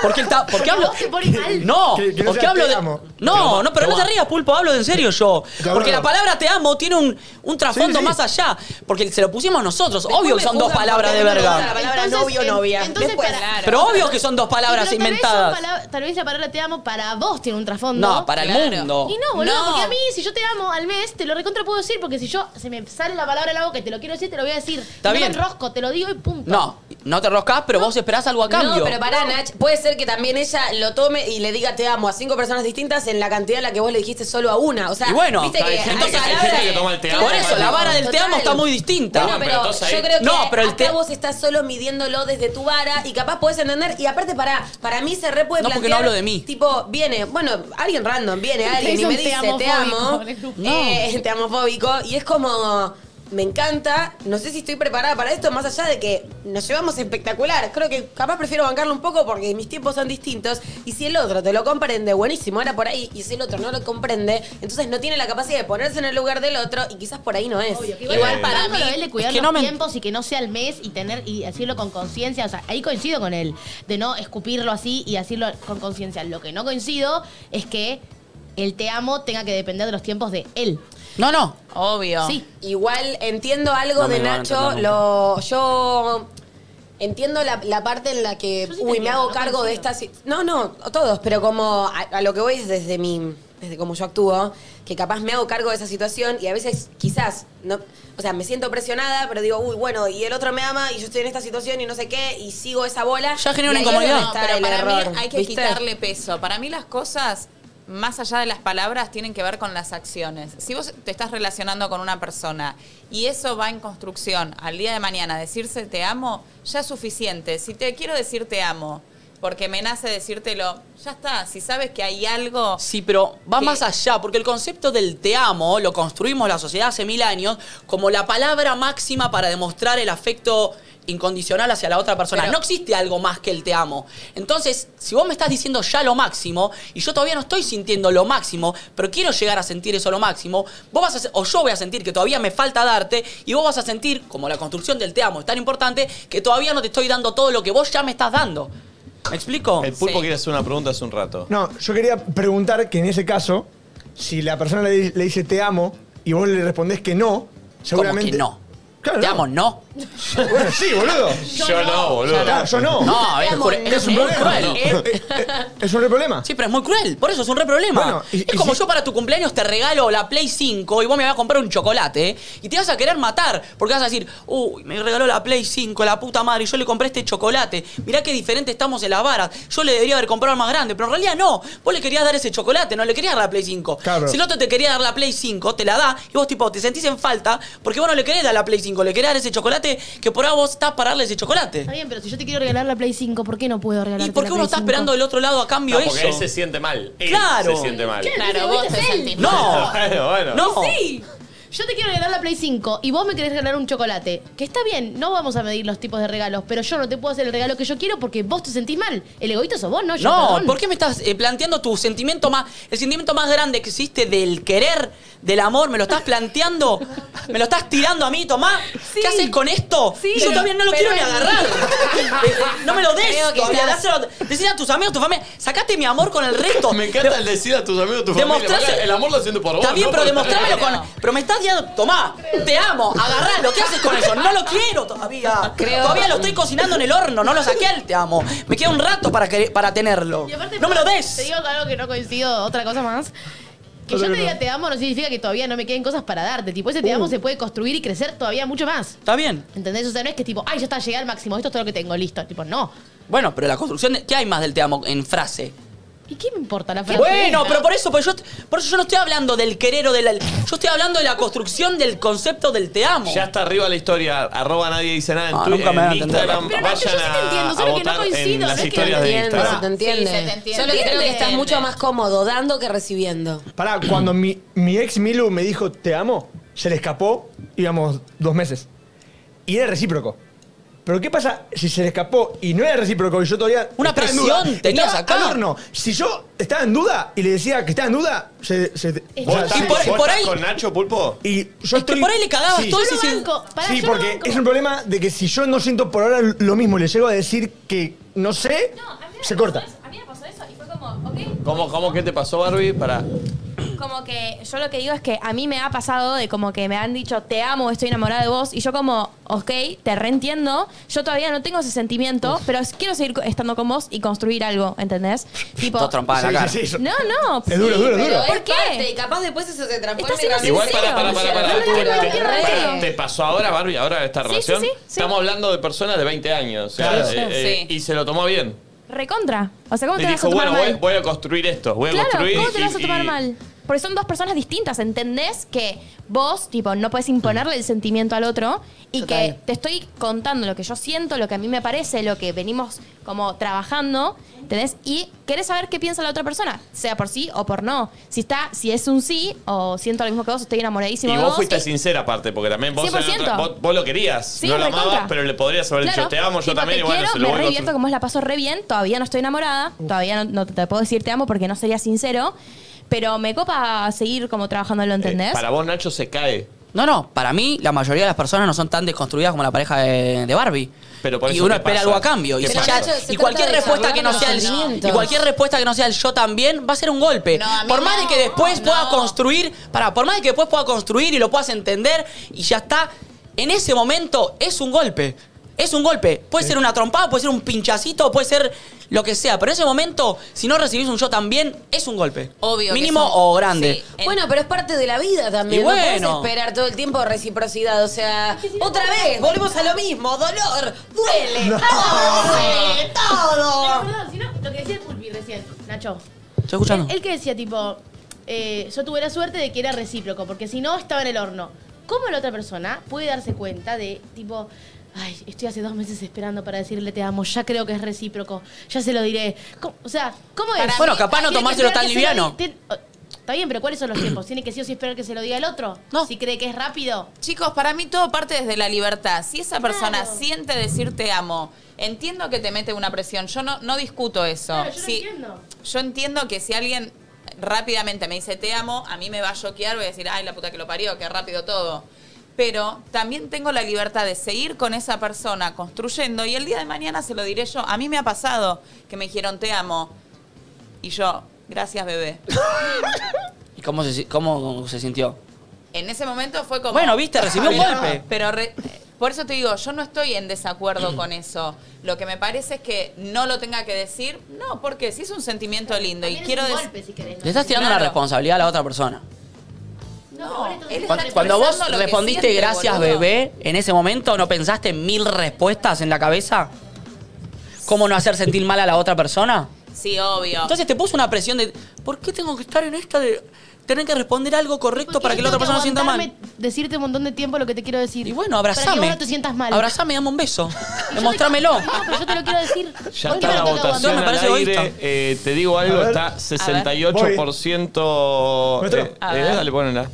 Porque el ta- porque hablo. vos te pones mal. No, Que- que no porque sea hablo te de. amo. No, no, pero no te rías, pulpo, hablo de en serio yo. Te amo. Porque la palabra te amo tiene un, un trasfondo sí. más allá. Porque se lo pusimos nosotros. Después Obvio que me son dos juzgan palabras porque de a mí me gusta verga. la palabra Entonces, novio o en- novia. entonces Después. para- Claro. Pero obvio que son dos palabras Pero tal vez son inventadas. palab- tal vez la palabra te amo para vos tiene un trasfondo. No, para el Claro. mundo. Y no, boludo, No. porque a mí, si yo te amo al mes, te lo recontra puedo decir, porque si yo se me sale la palabra de la boca y te lo quiero decir, te lo voy a decir. Está no bien. me enrosco, te lo digo y punto. No, no te roscás, pero vos esperás algo a cambio. No, pero pará, Nach. Puede ser que también ella lo tome y le diga te amo a cinco personas distintas en la cantidad en la que vos le dijiste solo a una. O sea, Y bueno, viste que Hay gente, hay que, hay palabras- gente que toma el te amo. Por eso, la vara del te amo Total. está muy distinta. Bueno, pero pero, entonces ahí- yo creo que No, pero el acá te- vos estás solo midiéndolo desde tu vara y capaz podés entender. Y aparte, para, para mí se re puede No, plantear, porque no hablo de mí. Tipo, viene, bueno, alguien random, viene alguien y hizo me un te dice, amo te amo, fóbico en el grupo". eh, te amo fóbico. Y es como, me encanta, no sé si estoy preparada para esto, más allá de que nos llevamos espectacular. Creo que capaz prefiero bancarlo un poco porque mis tiempos son distintos. Y si el otro te lo comprende, buenísimo, era por ahí. Y si el otro no lo comprende, entonces no tiene la capacidad de ponerse en el lugar del otro y quizás por ahí no es. Obvio, que Igual igual para para mí es de cuidar Eh, es que los no me- tiempos y que no sea al mes y tener y decirlo con conciencia, o sea, ahí coincido con él, de no escupirlo así y decirlo con conciencia. Lo que no coincido es que el te amo tenga que depender de los tiempos de él. No, no. Obvio. Sí. Igual entiendo algo No me de van a Nacho, entender lo yo entiendo la, la parte en la que Yo sí te uy, me entiendo, hago no cargo de coincido. esta si- No, no, todos, pero como a, a lo que voy es desde mi desde cómo yo actúo, que capaz me hago cargo de esa situación y a veces quizás no, o sea, me siento presionada, pero digo, uy, bueno, y el otro me ama y yo estoy en esta situación y no sé qué y sigo esa bola. Ya genera Y una ahí incomodidad. es No, donde está pero el para error, mí hay que ¿viste? quitarle peso. Para mí las cosas, más allá de las palabras, tienen que ver con las acciones. Si vos te estás relacionando con una persona y eso va en construcción al día de mañana, decirse te amo, ya es suficiente. Si te quiero decir te amo, porque me nace decírtelo, ya está. Si sabes que hay algo... Sí, pero va ¿Qué? más allá, porque el concepto del te amo lo construimos la sociedad hace mil años como la palabra máxima para demostrar el afecto incondicional hacia la otra persona. Pero- no existe algo más que el te amo. Entonces, si vos me estás diciendo ya lo máximo y yo todavía no estoy sintiendo lo máximo, pero quiero llegar a sentir eso lo máximo, vos vas a se- o yo voy a sentir que todavía me falta darte y vos vas a sentir como la construcción del te amo es tan importante que todavía no te estoy dando todo lo que vos ya me estás dando. ¿Me explico? El pulpo Sí. quiere hacer una pregunta hace un rato. No, yo quería preguntar que en ese caso, si la persona le, le dice te amo y vos le respondés que no, seguramente. no? Claro, te amo, no. Bueno, sí, boludo. Yo, no, boludo. Claro, yo no. No, es, cru- Ese es un es problema. cruel. Eh, eh, Es un re problema. Sí, pero es muy cruel. Por eso es un re problema. Bueno, y- es y como si- yo para tu cumpleaños te regalo la Play 5 y vos me vas a comprar un chocolate eh, y te vas a querer matar porque vas a decir, uy, me regaló la Play 5, la puta madre, yo le compré este chocolate. Mirá qué diferente estamos en las varas. Yo le debería haber comprado el más grande, pero en realidad no. Vos le querías dar ese chocolate, no le querías dar la Play 5. Claro. Si el otro te quería dar la Play 5, te la da y vos tipo te sentís en falta porque vos no le querés dar la Play 5, le querés dar ese chocolate que por ahora vos estás para darle ese chocolate. Está bien, pero si yo te quiero regalar la Play 5, ¿por qué no puedo regalar ¿Y por qué uno está esperando del otro lado a cambio No, eso? porque él se siente mal. Él Claro. Se siente mal. Claro, vos te sentís No, Bueno, [laughs] bueno. no. Sí. Yo te quiero regalar la Play 5 y vos me querés regalar un chocolate. Que está bien, no vamos a medir los tipos de regalos, pero yo no te puedo hacer el regalo que yo quiero porque vos te sentís mal. El egoísta sos vos, no yo. No, perdón. ¿por qué me estás eh, planteando tu sentimiento más, el sentimiento más grande que existe del querer, del amor? ¿Me lo estás planteando? ¿Me lo estás tirando a mí, Tomás? Sí. ¿Qué haces con esto? Sí, Y yo pero- todavía no lo pero quiero ni en- agarrar. [laughs] Eh, no me lo des. Creo que todavía, estás- dáselo- Decile a tus amigos, tu familia, sacate mi amor con el resto. Me encanta el decir a tus amigos, tu familia. Demostrás- "Pará, El amor lo siento por vos. Está bien, no pero por- demostrármelo con. Claro. Pero me estás diciendo, tomá, te amo, agarralo, ¿qué haces con eso? No lo quiero todavía. Todavía lo estoy cocinando en el horno, no lo saqué al te amo. Me queda un rato para, que- para tenerlo. Y aparte, No me lo Te des. digo algo que no coincido, otra cosa más. Que yo te diga te amo no significa que todavía no me queden cosas para darte. Tipo, ese te Uh. amo se puede construir y crecer todavía mucho más. Está bien. ¿Entendés? O sea, no es que tipo, ay, ya está, llegué al máximo, esto es todo lo que tengo, listo. Tipo, no. Bueno, pero la construcción. de- ¿Qué hay más del te amo en frase? ¿Y qué me importa la frase? Bueno, pero por eso, pues yo, por eso yo no estoy hablando del querer o del. Yo estoy hablando de la construcción del concepto del te amo. Ya está arriba la historia, arroba nadie dice nada en Ah, Twitter, nunca me van a en entender. Instagram, Pero no, vayan yo sí te a- entiendo, a solo que no votar en coincido, las no es que historias de entiendo, Instagram. se te entiende. Sí, se te entiende. Solo que creo que estás Entiende. mucho más cómodo dando que recibiendo. Pará, cuando mi, mi ex Milu me dijo te amo, se le escapó, íbamos dos meses. Y era recíproco. Pero ¿qué pasa si se le escapó y no era recíproco y yo todavía. Una estaba en presión duda? tenías Estaba acá. al horno. Si yo estaba en duda y le decía que estaba en duda, se. se- o ¿Vos sea, estás, Y por- vos por estás ahí- con Nacho Pulpo? Y yo que estoy. por ahí le cagabas todo Yo Sí, lo sí. banco. Pará, sí, yo lo porque banco. es un problema de que si yo no siento por ahora lo mismo, le llego a decir que no sé, se corta. A mí me pasó eso y fue como, ok. ¿Cómo, cómo qué te pasó, Barbie? Para. Como que yo lo que digo es que a mí me ha pasado de como que me han dicho te amo, estoy enamorada de vos y yo como, ok, te reentiendo, yo todavía no tengo ese sentimiento, pero quiero seguir co- estando con vos y construir algo, [laughs] ¿entendés? Todo trompada en la cara. Sí, sí, sí, No, no. Es duro, es duro, es duro. ¿Por qué? y capaz después eso se transforma Estás siendo en Igual, sincero. para, para, para, para. No, no, no, no, Te, no, para, no, no. ¿te pasó ahora, Barbie, ahora esta Sí, sí, relación. sí, sí. Estamos hablando de personas de 20 años. o sea, Claro. eh, eh, Sí. Y se lo tomó bien. Recontra. O sea, ¿cómo Y te vas a dijo, tomar bueno, voy, mal? voy a construir esto, voy a Claro, construir. ¿cómo te y- lo vas a tomar y- mal? Porque son dos personas distintas, ¿entendés? Que vos, tipo, no puedes imponerle el sentimiento al otro y que te estoy contando lo que yo siento, lo que a mí me parece, lo que venimos como trabajando, ¿entendés? Y querés saber qué piensa la otra persona, sea por sí o por no. Si está, si es un sí o siento lo mismo que vos, estoy enamoradísimo Y de vos vos. fuiste y- sincera aparte, porque también vos, en 100%. otra- vos, vos lo querías, Sí, no lo recontra. amabas, pero le podrías haber dicho, Claro, te amo, yo tipo, te también, y bueno, quiero, se me lo voy re a divierto como la paso re bien, todavía no estoy enamorada, todavía no, no te puedo decir te amo porque no sería sincero, pero me copa seguir como trabajándolo, ¿entendés? Eh, para vos, Nacho, se cae. No, no, para mí la mayoría de las personas no son tan desconstruidas como la pareja de, de Barbie. Pero por y eso, uno ¿qué espera pasa? algo a cambio. Y, ¿Qué si pasa? ya- Nacho, se y cualquier trata de respuesta que no charlar sea los el, sentimientos. y cualquier respuesta que no sea el yo también va a ser un golpe. No, a mí por más no, de que después no. pueda construir, para, por más de que después pueda construir y lo puedas entender y ya está, en ese momento es un golpe. Es un golpe. Puede ser una trompada, puede ser un pinchacito, puede ser lo que sea. Pero en ese momento, si no recibís un yo también, es un golpe. Obvio que Mínimo son- o grande. Sí. Bueno, pero es parte de la vida también. Y no podés bueno. esperar todo el tiempo reciprocidad. O sea, otra vez, volvemos a lo mismo. Dolor, duele, todo duele, Pero, todo. perdón, si no, lo que decía el Pulpi recién, Nacho. Estoy escuchando. Él, él que decía, tipo, eh, yo tuve la suerte de que era recíproco, porque si no, estaba en el horno. ¿Cómo la otra persona puede darse cuenta de, tipo, ay, estoy hace dos meses esperando para decirle te amo, ya creo que es recíproco, ya se lo diré? ¿Cómo- o sea, ¿cómo es? Para Bueno, mí, capaz no Tiene que tomárselo esperar tan que se lo liviano. di- tiene- oh, Está bien, pero ¿cuáles son los tiempos? ¿Tiene que sí o sí esperar que se lo diga el otro? No. Si cree que es rápido. Chicos, para mí todo parte desde la libertad. Si esa persona siente decir te amo, entiendo que te mete una presión. Yo no, no discuto eso. Claro, yo lo Si- entiendo. Yo entiendo que si alguien rápidamente me dice te amo, a mí me va a choquear, voy a decir, ay, la puta que lo parió, qué rápido todo. Pero también tengo la libertad de seguir con esa persona construyendo y el día de mañana se lo diré yo. A mí me ha pasado que me dijeron te amo y yo, gracias bebé. ¿Y cómo se, cómo se sintió? En ese momento fue como. Ah, Bueno, viste, recibió un Pero- golpe. Pero re- Por eso te digo, yo no estoy en desacuerdo con eso. Lo que me parece es que no lo tenga que decir, no, porque si es un sentimiento lindo y quiero decir. Le estás tirando la responsabilidad a la otra persona. No, él está Cuando, cuando vos expresando lo que respondiste siente, gracias boludo. bebé, en ese momento no pensaste en mil respuestas en la cabeza. ¿Cómo no hacer sentir mal a la otra persona? Sí, obvio. Entonces te puso una presión de, ¿por qué tengo que estar en esta de tener que responder algo correcto para que la otra persona no sienta mal? Decirte un montón de tiempo lo que te quiero decir. Y bueno, Para que vos abrazame. no te sientas mal. Abrazame, dame un [laughs] beso. Demostrámelo. No, pero yo te lo quiero decir. [laughs] Ya ¿Por qué está me la lo tengo que votación aguantar? al aire. Eh, te digo algo, A ver, está 68%. Nuestro. eh, A eh, ver. dale, ponenla.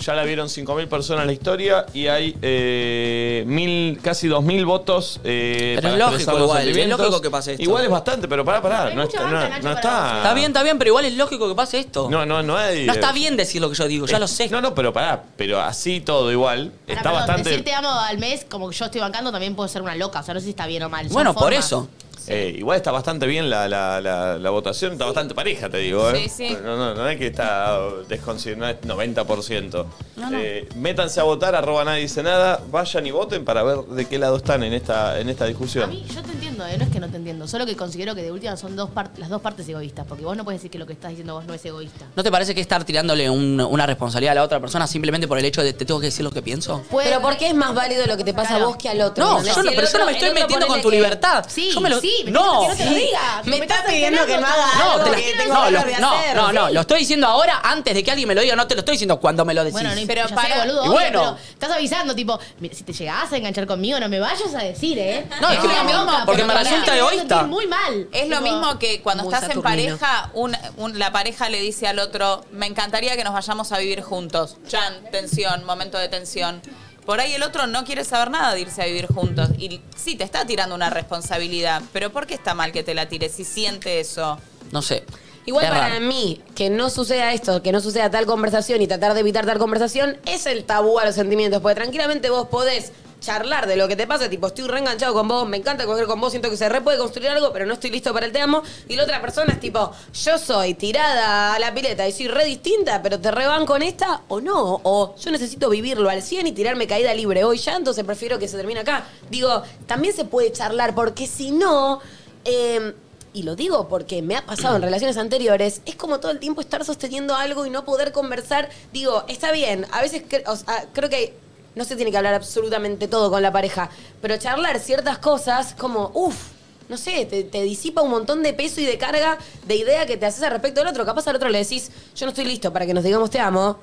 Ya la vieron 5.000 personas la historia y hay eh, mil, casi 2.000 votos eh, Pero para es lógico expresar los igual, es sentimientos. lógico que pase esto. Igual es bastante, pero pará, pará. No está, no, no está. Está bien, está bien, pero igual es lógico que pase esto. No, no, no hay. eh, No está bien decir lo que yo digo, ya lo sé. No, no, pero pará. Pero así todo igual. Pará, Está perdón, bastante. Decir te amo al mes, como que yo estoy bancando, también puedo ser una loca. O sea, no sé si está bien o mal. son Bueno, por formas. eso. Eh, igual está bastante bien la, la- la- la votación, está bastante pareja, te digo. ¿eh? Sí, sí. No, no, no es que está desconsiderado, no es 90%. Eh, métanse a votar, arroba nadie dice nada, vayan y voten para ver de qué lado están en esta, en esta A discusión. mí, yo te entiendo, eh, no es que no te entiendo. Solo que considero que de última son dos par- las dos partes egoístas. Porque vos no puedes decir que lo que estás diciendo vos no es egoísta. ¿No te parece que estar tirándole un- una responsabilidad a la otra persona simplemente por el hecho de te tengo que decir lo que pienso? Pues, Pero ¿por qué es más válido lo que te pasa a vos que al otro? No, ¿entendés? yo no, Si el pero yo no otro- me estoy el otro metiendo con ponele tu que- libertad. Sí, yo me lo, sí, me no. estoy diciendo que no te lo diga. Me estás pidiendo que no haga No, algo te la- que tengo no, lo- ganas de no, hacer. no, no, lo estoy diciendo ahora antes de que alguien me lo diga, no te lo estoy diciendo cuando me lo decís. Bueno, no Pero importa, ya pará. sé, boludo, Y obvio, bueno. pero estás avisando, tipo, "Mira, si te llegás a enganchar conmigo, no me vayas a decir, ¿eh? No, es que me me- porque me resulta egoísta. muy mal. Es lo Tipo, mismo que cuando Muy estás en saturnino. pareja, un- un- la pareja le dice al otro, me encantaría que nos vayamos a vivir juntos. Chan, tensión, momento de tensión. Por ahí el otro no quiere saber nada de irse a vivir juntos. Y sí, te está tirando una responsabilidad, pero ¿por qué está mal que te la tires si siente eso? No sé. Igual Es para raro. mí, que no suceda esto, que no suceda tal conversación y tratar de evitar tal conversación, es el tabú a los sentimientos. Porque tranquilamente vos podés charlar de lo que te pasa, tipo, estoy reenganchado con vos, me encanta coger con vos, siento que se re puede construir algo, pero no estoy listo para el te amo. Y la otra persona es tipo, yo soy tirada a la pileta y soy re distinta, pero te reban con esta o no. O yo necesito vivirlo al 100 y tirarme caída libre hoy ya, entonces prefiero que se termine acá. Digo, también se puede charlar, porque si no... eh, y lo digo porque me ha pasado en relaciones anteriores, es como todo el tiempo estar sosteniendo algo y no poder conversar. Digo, está bien, a veces cre- o sea, creo que no se tiene que hablar absolutamente todo con la pareja, pero charlar ciertas cosas como, uff, no sé, te, te disipa un montón de peso y de carga de idea que te haces al respecto del otro. Capaz al otro le decís, yo no estoy listo para que nos digamos te amo.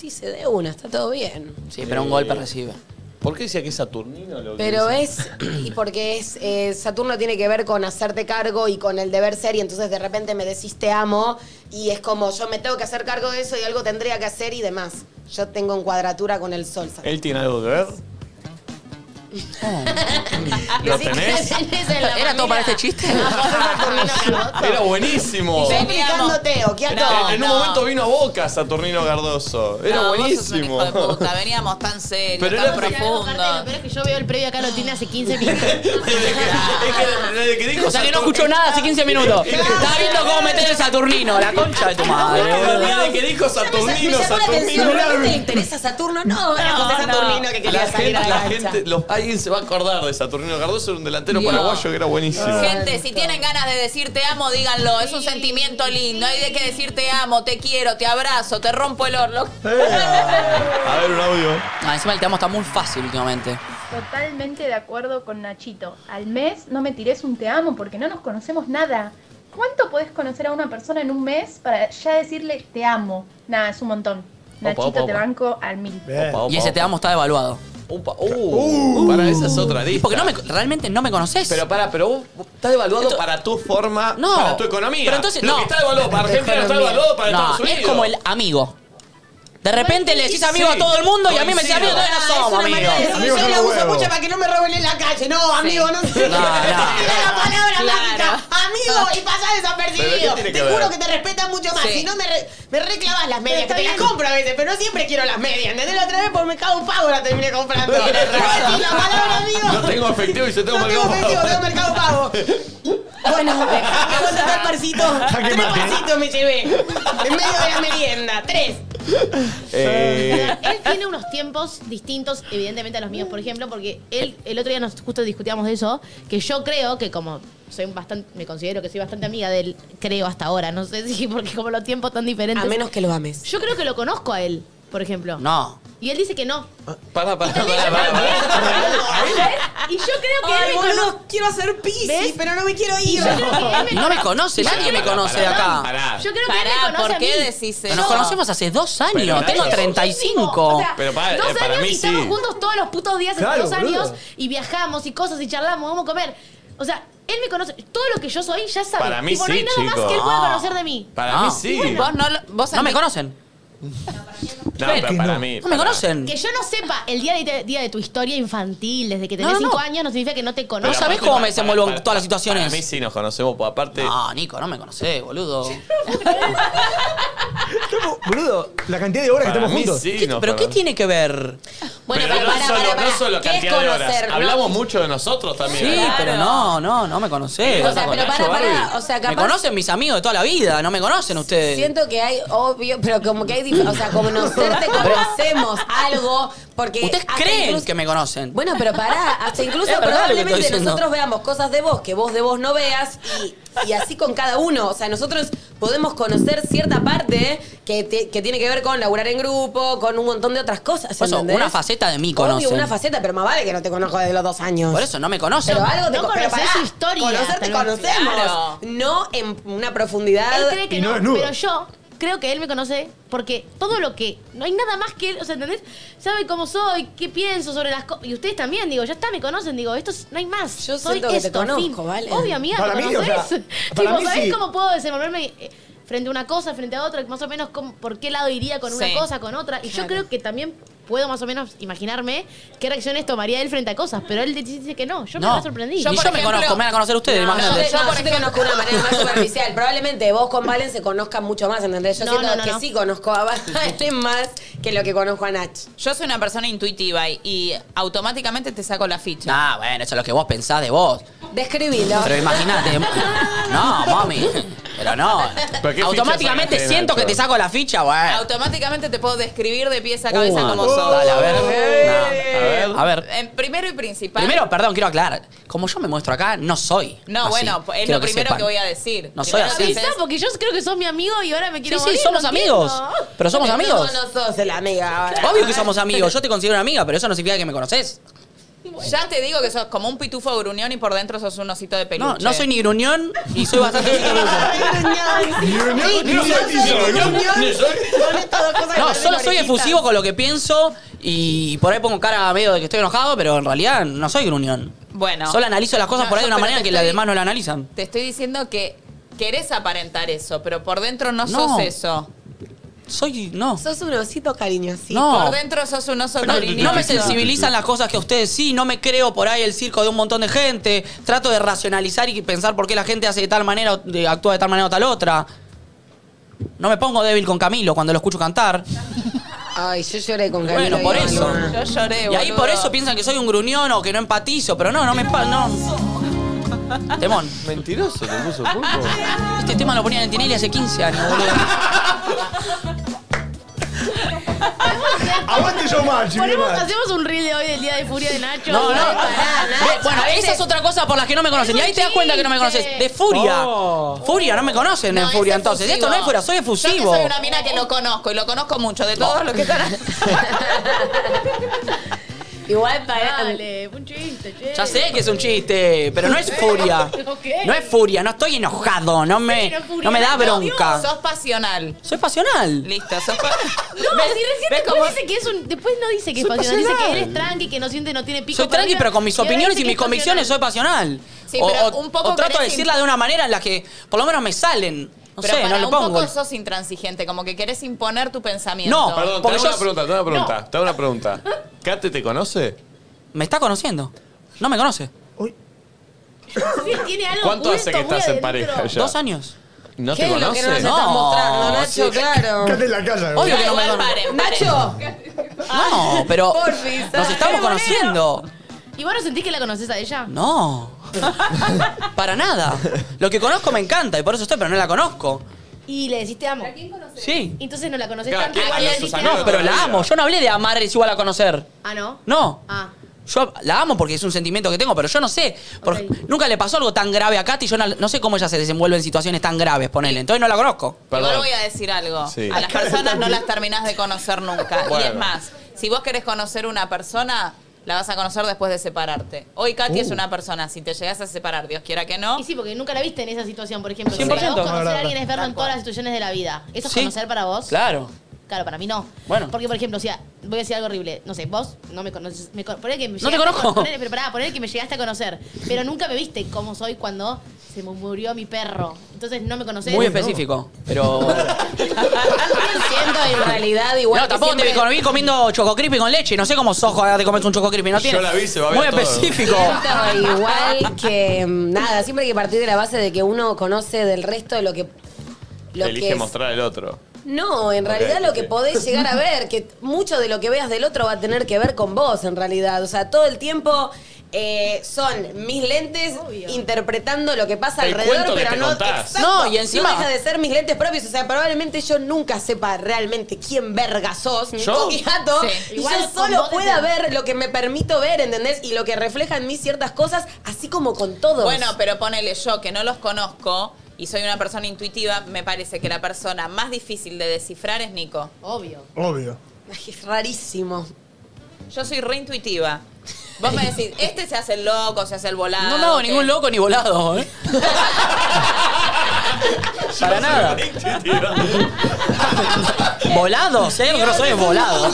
Dice, de una, está todo bien. Sí, pero un golpe recibe. ¿Por qué decía que es Saturnino lo que Pero dice? es, y porque es, eh, Saturno tiene que ver con hacerte cargo y con el deber ser, y entonces de repente me decís te amo, y es como yo me tengo que hacer cargo de eso y algo tendría que hacer y demás. Yo tengo en cuadratura con el sol. Saturno. ¿Él tiene algo que [laughs] ver? [laughs] ¿Lo [laughs] tenés? ¿Era todo para [laughs] este chiste? Era buenísimo. Estoy explicándote, o qué ato- No, en un no. momento vino a boca Saturnino Cardoso. Era No, vos sos un buenísimo. hijo de puta, veníamos tan serios, Pero tan era porque- Aparte, profundos. Lo peor es que yo veo el previo acá, lo tiene hace 15 minutos. Es que- es que desde que dijo O sea que no Saturno- escuchó nada hace 15 minutos. Estaba viendo cómo meter el Saturnino, la concha de tu madre. boludo. Desde que dijo Me Saturnino, llamó la atención, ¿no te Saturnino. interesa Saturno? No, era No, José no. Saturnino que quería La gente, salir a la la cancha. gente, los- alguien se va a acordar de Saturnino Cardoso, era un delantero Dios. paraguayo que era buenísimo. Gente, si tienen ganas de decir te amo, díganlo. Es un sentimiento lindo. Hay de que decir te amo, te quiero, te abrazo, te rompo el orlo. A ver un audio. Ah, encima el te amo está muy fácil últimamente. Totalmente de acuerdo con Nachito. Al mes no me tires un te amo porque no nos conocemos nada. ¿Cuánto podés conocer a una persona en un mes para ya decirle te amo? Nada, es un montón. Nachito, opa, te opa. banco al mil. Bien. Opa, Y opa, ese te opa. amo está devaluado. Upa, uh, para esa es otra Y lista. porque no me, realmente no me conoces. Pero para, pero vos estás devaluado Esto- para tu forma, No. para tu economía. Pero entonces- Lo no. que está devaluado para Argentina no está devaluado para no, Estados Unidos. es como el amigo. De repente le decís amigo Sí, a todo el mundo y a mí me decís coincido. amigo, todavía no somos [laughs] amigos. Amigos son los huevos. que no me roben en la calle. No, amigo, no sé. No, no. Era la palabra Claro. mágica. Amigo, y pasás ¿Pero qué desapercibido. tiene Te que ver? juro que te respetan mucho más. Sí. Si no, me, re- me reclavas las medias, que te las compro a veces, pero no siempre quiero las medias. ¿Entendés? La otra vez pues por mercado pago la terminé [laughs] comprando. Y la palabra amigo. No tengo efectivo y yo tengo No tengo mercado efectivo, pago. tengo mercado pago. [laughs] Bueno, dejame contar parcito. Tres mate. parcitos me llevé. En medio de la merienda. Tres. Eh, él tiene unos tiempos distintos, evidentemente, a los míos, por ejemplo, porque él, el otro día nos justo discutíamos de eso, que yo creo que como soy bastante, me considero que soy bastante amiga de él, creo hasta ahora, no sé [laughs] si porque como los tiempos tan diferentes. A menos que lo ames. Yo creo que lo conozco a él, por ejemplo. No. Y él dice [laughs] que no. Para, para, para, para. Y yo creo que Ay, él me boludo, conoce. quiero hacer pis, ¿Ves? pero no me quiero Y ir. yo creo [laughs] que él me No me conoce, Yo nadie creo me que- conoce de acá. Pará. Yo creo que él me Pará, conoce ¿por a qué mí. decís Pero eso? Nos conocemos hace dos Pero años, para tengo eso- O 35. sea, Pero para- dos eh, para años mí y estamos sí. juntos todos los putos días hace Claro, dos boludo. años y viajamos y cosas y charlamos, vamos a comer. O sea, él me conoce. Todo lo que yo soy ya sabe. Para mí Tipo, no hay sí, nada chico. más que él pueda No. conocer de mí. Para No. mí sí. Vos no lo- vos No me admi- conocen, No, pero que para no. mí. no para- me conocen. Que yo no sepa el día de, día de tu historia infantil, desde que tenés No, no, cinco no. años, no significa que no te Pero No conozca. sabés aparte, cómo para- me desenvuelvo en para- todas las para- situaciones. Ah. Para mí sí nos conocemos, pues aparte. No, Nico, no me conocés, boludo. Estamos- Boludo, la cantidad de horas que Para estamos mí juntos. sí ¿Qué- nos ¿Pero qué conocemos. tiene que ver? Bueno, pero pero no, para, solo, para, no solo ¿Qué es cantidad de horas. conocer? Hablamos No. mucho de nosotros Sí, también. ¿eh? Claro. pero no, no, no me conocés. O sea, con pero Nacho para, Barbie. para, o sea, Me capaz... conocen mis amigos de toda la vida, no me conocen ustedes. Siento que hay, obvio, pero como que hay, dif- o sea, como conocerte, conocemos algo, porque... Ustedes hasta creen incluso- que me conocen. Bueno, pero [laughs] pará, hasta incluso Es verdad lo que estoy probablemente diciendo. nosotros veamos cosas de vos que vos de vos no veas y, y así con cada uno. O sea, nosotros podemos conocer cierta parte que, te- que tiene que ver con laburar en grupo, con un montón de otras cosas. Por eso, ¿entendés? una faceta de mí Obvio, conocen. una faceta, pero más vale que no te conozco desde los dos años. Por eso no me conocen. Pero algo te No con- pero conocés pará, su historia, Conocerte tal vez. conocemos. Claro. No en una profundidad. Él cree que Y no no, desnudo. pero yo creo que él me conoce porque todo lo que. No hay nada más que él. O sea, ¿entendés? Sabe cómo soy, qué pienso sobre las cosas. Y ustedes también, digo, ya está, me conocen. Digo, esto es- no hay más. Yo soy siento que te esto, conozco, fin. ¿vale? Obvio, amiga, Para me mí, o sea, conocés. para [laughs] Tipo, mí ¿sabés sí. cómo puedo desenvolverme eh, frente a una cosa, frente a otra? Más o menos, cómo- ¿por qué lado iría con Sí. una cosa, con otra? Y yo creo que también puedo más o menos imaginarme qué reacciones tomaría él frente a cosas. Pero él dice que no. Yo me No. la sorprendí. Ni yo, por me ejemplo- conozco, me van a conocer ustedes, No, No, [laughs] imagínate. yo, Yo, Ah, no, por yo te conozco de una manera [laughs] más superficial. Probablemente vos con Valen se conozcan mucho más, ¿entendés? Yo No, siento no, no, que no. sí conozco a Valen [laughs] más que lo que conozco a Nach. Yo soy una persona intuitiva y, y automáticamente te saco la ficha. Nah, Ah, bueno, eso es lo que vos pensás de vos. Describilo. Pero imagínate. No, mami. Pero no. ¿Pero qué Automáticamente ficha sacaste, siento que Nacho? te saco la ficha, bueno. Automáticamente te puedo describir de pies a cabeza Uh, como sos. Dale, a ver. Eh. No, A ver. En primero y principal. Primero, perdón, quiero aclarar. Como yo me muestro acá, no soy. No, así. bueno, es Quiero lo primero sepan. que voy a decir. No soy Primero así. dices- Quizá porque yo creo que sos mi amigo y ahora me Sí, quiero sí, morir, somos no amigos. entiendo. Pero somos amigos. No, no sos la amiga ahora. Obvio que somos amigos. Yo te considero una amiga, pero eso no significa que me conoces. Ya te digo que sos como un pitufo gruñón y por dentro sos un osito de peluche. No, no soy ni gruñón y soy [laughs] bastante Ni soy, ni soy, ni soy. No, solo soy efusivo con lo que pienso y por ahí pongo cara medio de que estoy enojado, pero en realidad no soy gruñón. Bueno. Solo analizo las cosas No, por ahí de no, una pero manera te que las estoy- demás no la analizan. Te estoy diciendo que querés aparentar eso, pero por dentro no, No. sos eso. Soy. No. Sos un osito cariñosito. No. Por dentro sos un oso cariñoso. No me sensibilizan las cosas que a ustedes sí, no me creo por ahí el circo de un montón de gente. Trato de racionalizar y pensar por qué la gente hace de tal manera, o de- actúa de tal manera o tal otra. No me pongo débil con Camilo cuando lo escucho cantar. Ay, yo lloré con Camilo. Bueno, por y eso. Yo Maluma. lloré, Y ahí boludo. por eso piensan que soy un gruñón o que no empatizo, pero no, no me pa- no. Temón. Mentiroso, te puso pulpo. Este tema lo ponían en Tinelli hace 15 años, boludo. Aguante yo más, si viene Ponemos- más. hacemos un reel de hoy del día de furia de Nacho. No, no. pará, Nacho, Bueno, a esa es otra cosa por las que no me conocen. Es Y un ahí te das cuenta que no me chiste. conoces. De furia. Furia, no me conocen No, en es furia entonces. efusivo. Esto no es furia, soy Yo que efusivo. soy una mina que lo conozco y lo conozco mucho de todos los que están. Igual para. Dale, un chiste, che. Ya sé que es un chiste, pero no es furia. Ok. No es furia, no estoy enojado, no me, Pero furia, no me da no, bronca. Sos pasional. Soy pasional. Listo, sos [laughs] pa- No, si recién ¿Ves después cómo- dice que es un. Después no dice que es Soy pasional, dice que pasional. eres tranqui, que no siente, no tiene pico. Soy para tranqui, arriba, pero con mis y ahora opiniones dice y que mis es convicciones soy pasional. pasional. Sí, o, pero o- un poco o trato de querés decirla de una manera en la que por lo menos me salen. No pero sé, para no le un pongo. poco sos intransigente, como que querés imponer tu pensamiento. No, Perdón, te Porque hago yo- una pregunta, te hago una pregunta. Te hago una pregunta. ¿Kate te conoce? Me está conociendo. No me conoce. Sí, tiene algo ¿Cuánto hace que oculto muy estás en adentro. pareja ya? Dos años. ¿No ¿Qué te es lo que no nos conoce? estás No, mostrando, Nacho? Claro. Cate en [laughs] la casa. Obvio Ya, que no me igual conoce. paren, paren. Nacho, No, pero porfis, nos ay, estamos qué bueno. conociendo. ¿Y vos no sentís que la conoces a ella? [laughs] No. Para nada. Lo que conozco me encanta y por eso estoy, pero no la conozco. y le decís te amo. Sí. Entonces no la conoces Claro, tanto ¿quién igual le conoce decís a te Susana? No, amo. pero la amo. Yo no hablé de amar es igual a conocer. Ah, ¿no? No. Ah. Yo la amo porque es un sentimiento que tengo, pero yo no sé. Porque Nunca le pasó algo tan grave a Katy. Yo no, no sé cómo ella se desenvuelve en situaciones tan graves, ponele. Entonces no la conozco. Igual voy a decir algo. Sí. A las personas no las terminás de conocer nunca. Y es Bueno. más, si vos querés conocer una persona, la vas a conocer después de separarte. Hoy Katy Uh. es una persona. Si te llegás a separar, Dios quiera que no. Y sí, porque nunca la viste en esa situación, por ejemplo. 100%. Para vos No, conocer no, a no. alguien es verlo Tal en cual. todas las situaciones de la vida. ¿Eso es Sí. conocer para vos? Claro. Claro, para mí no. Bueno. Porque, por ejemplo, o sea, voy a decir algo horrible. No sé, vos no me conoces. Me, con- ponele que me No te llegaste a conozco. con- ponele- pero pará, ponele que me llegaste a conocer. Pero nunca me viste cómo soy cuando se me murió mi perro. Entonces no me conoces. Muy específico. [laughs] Pero. Siento en realidad igual. no, que tampoco te siempre- vi- vi comiendo choco crispy con leche. No sé cómo sos cuando te comes un choco crispy. No Yo tiene- la vi, se va a ver Muy todo. específico. Siento igual que mm, nada, siempre hay que partir de la base de que uno conoce del resto lo que. Lo Elige que es- mostrar el otro. [laughs] No, en Ok, realidad lo que ok. podés llegar a ver, que mucho de lo que veas del otro va a tener que ver con vos, en realidad. O sea, todo el tiempo eh, son mis lentes interpretando lo que pasa El alrededor, cuento que pero te no. contás. Exacto, No, y encima- No deja de ser mis lentes propios. O sea, probablemente yo nunca sepa realmente quién verga sos, ni ¿Yo? Coqui Jato, Sí. y Igual yo con solo vos pueda desde- ver lo que me permito ver, ¿entendés? Y lo que refleja en mí ciertas cosas, así como con todos. Bueno, pero ponele yo, que no los conozco y soy una persona intuitiva, me parece que la persona más difícil de descifrar es Nico. Obvio. Obvio. Ay, es rarísimo. Yo soy reintuitiva. Vos me decís, este se hace el loco, se hace el volado. No me hago que- ningún loco ni volado, [laughs] ¿eh? Para nada. Volado, ¿eh? Yo no soy volado.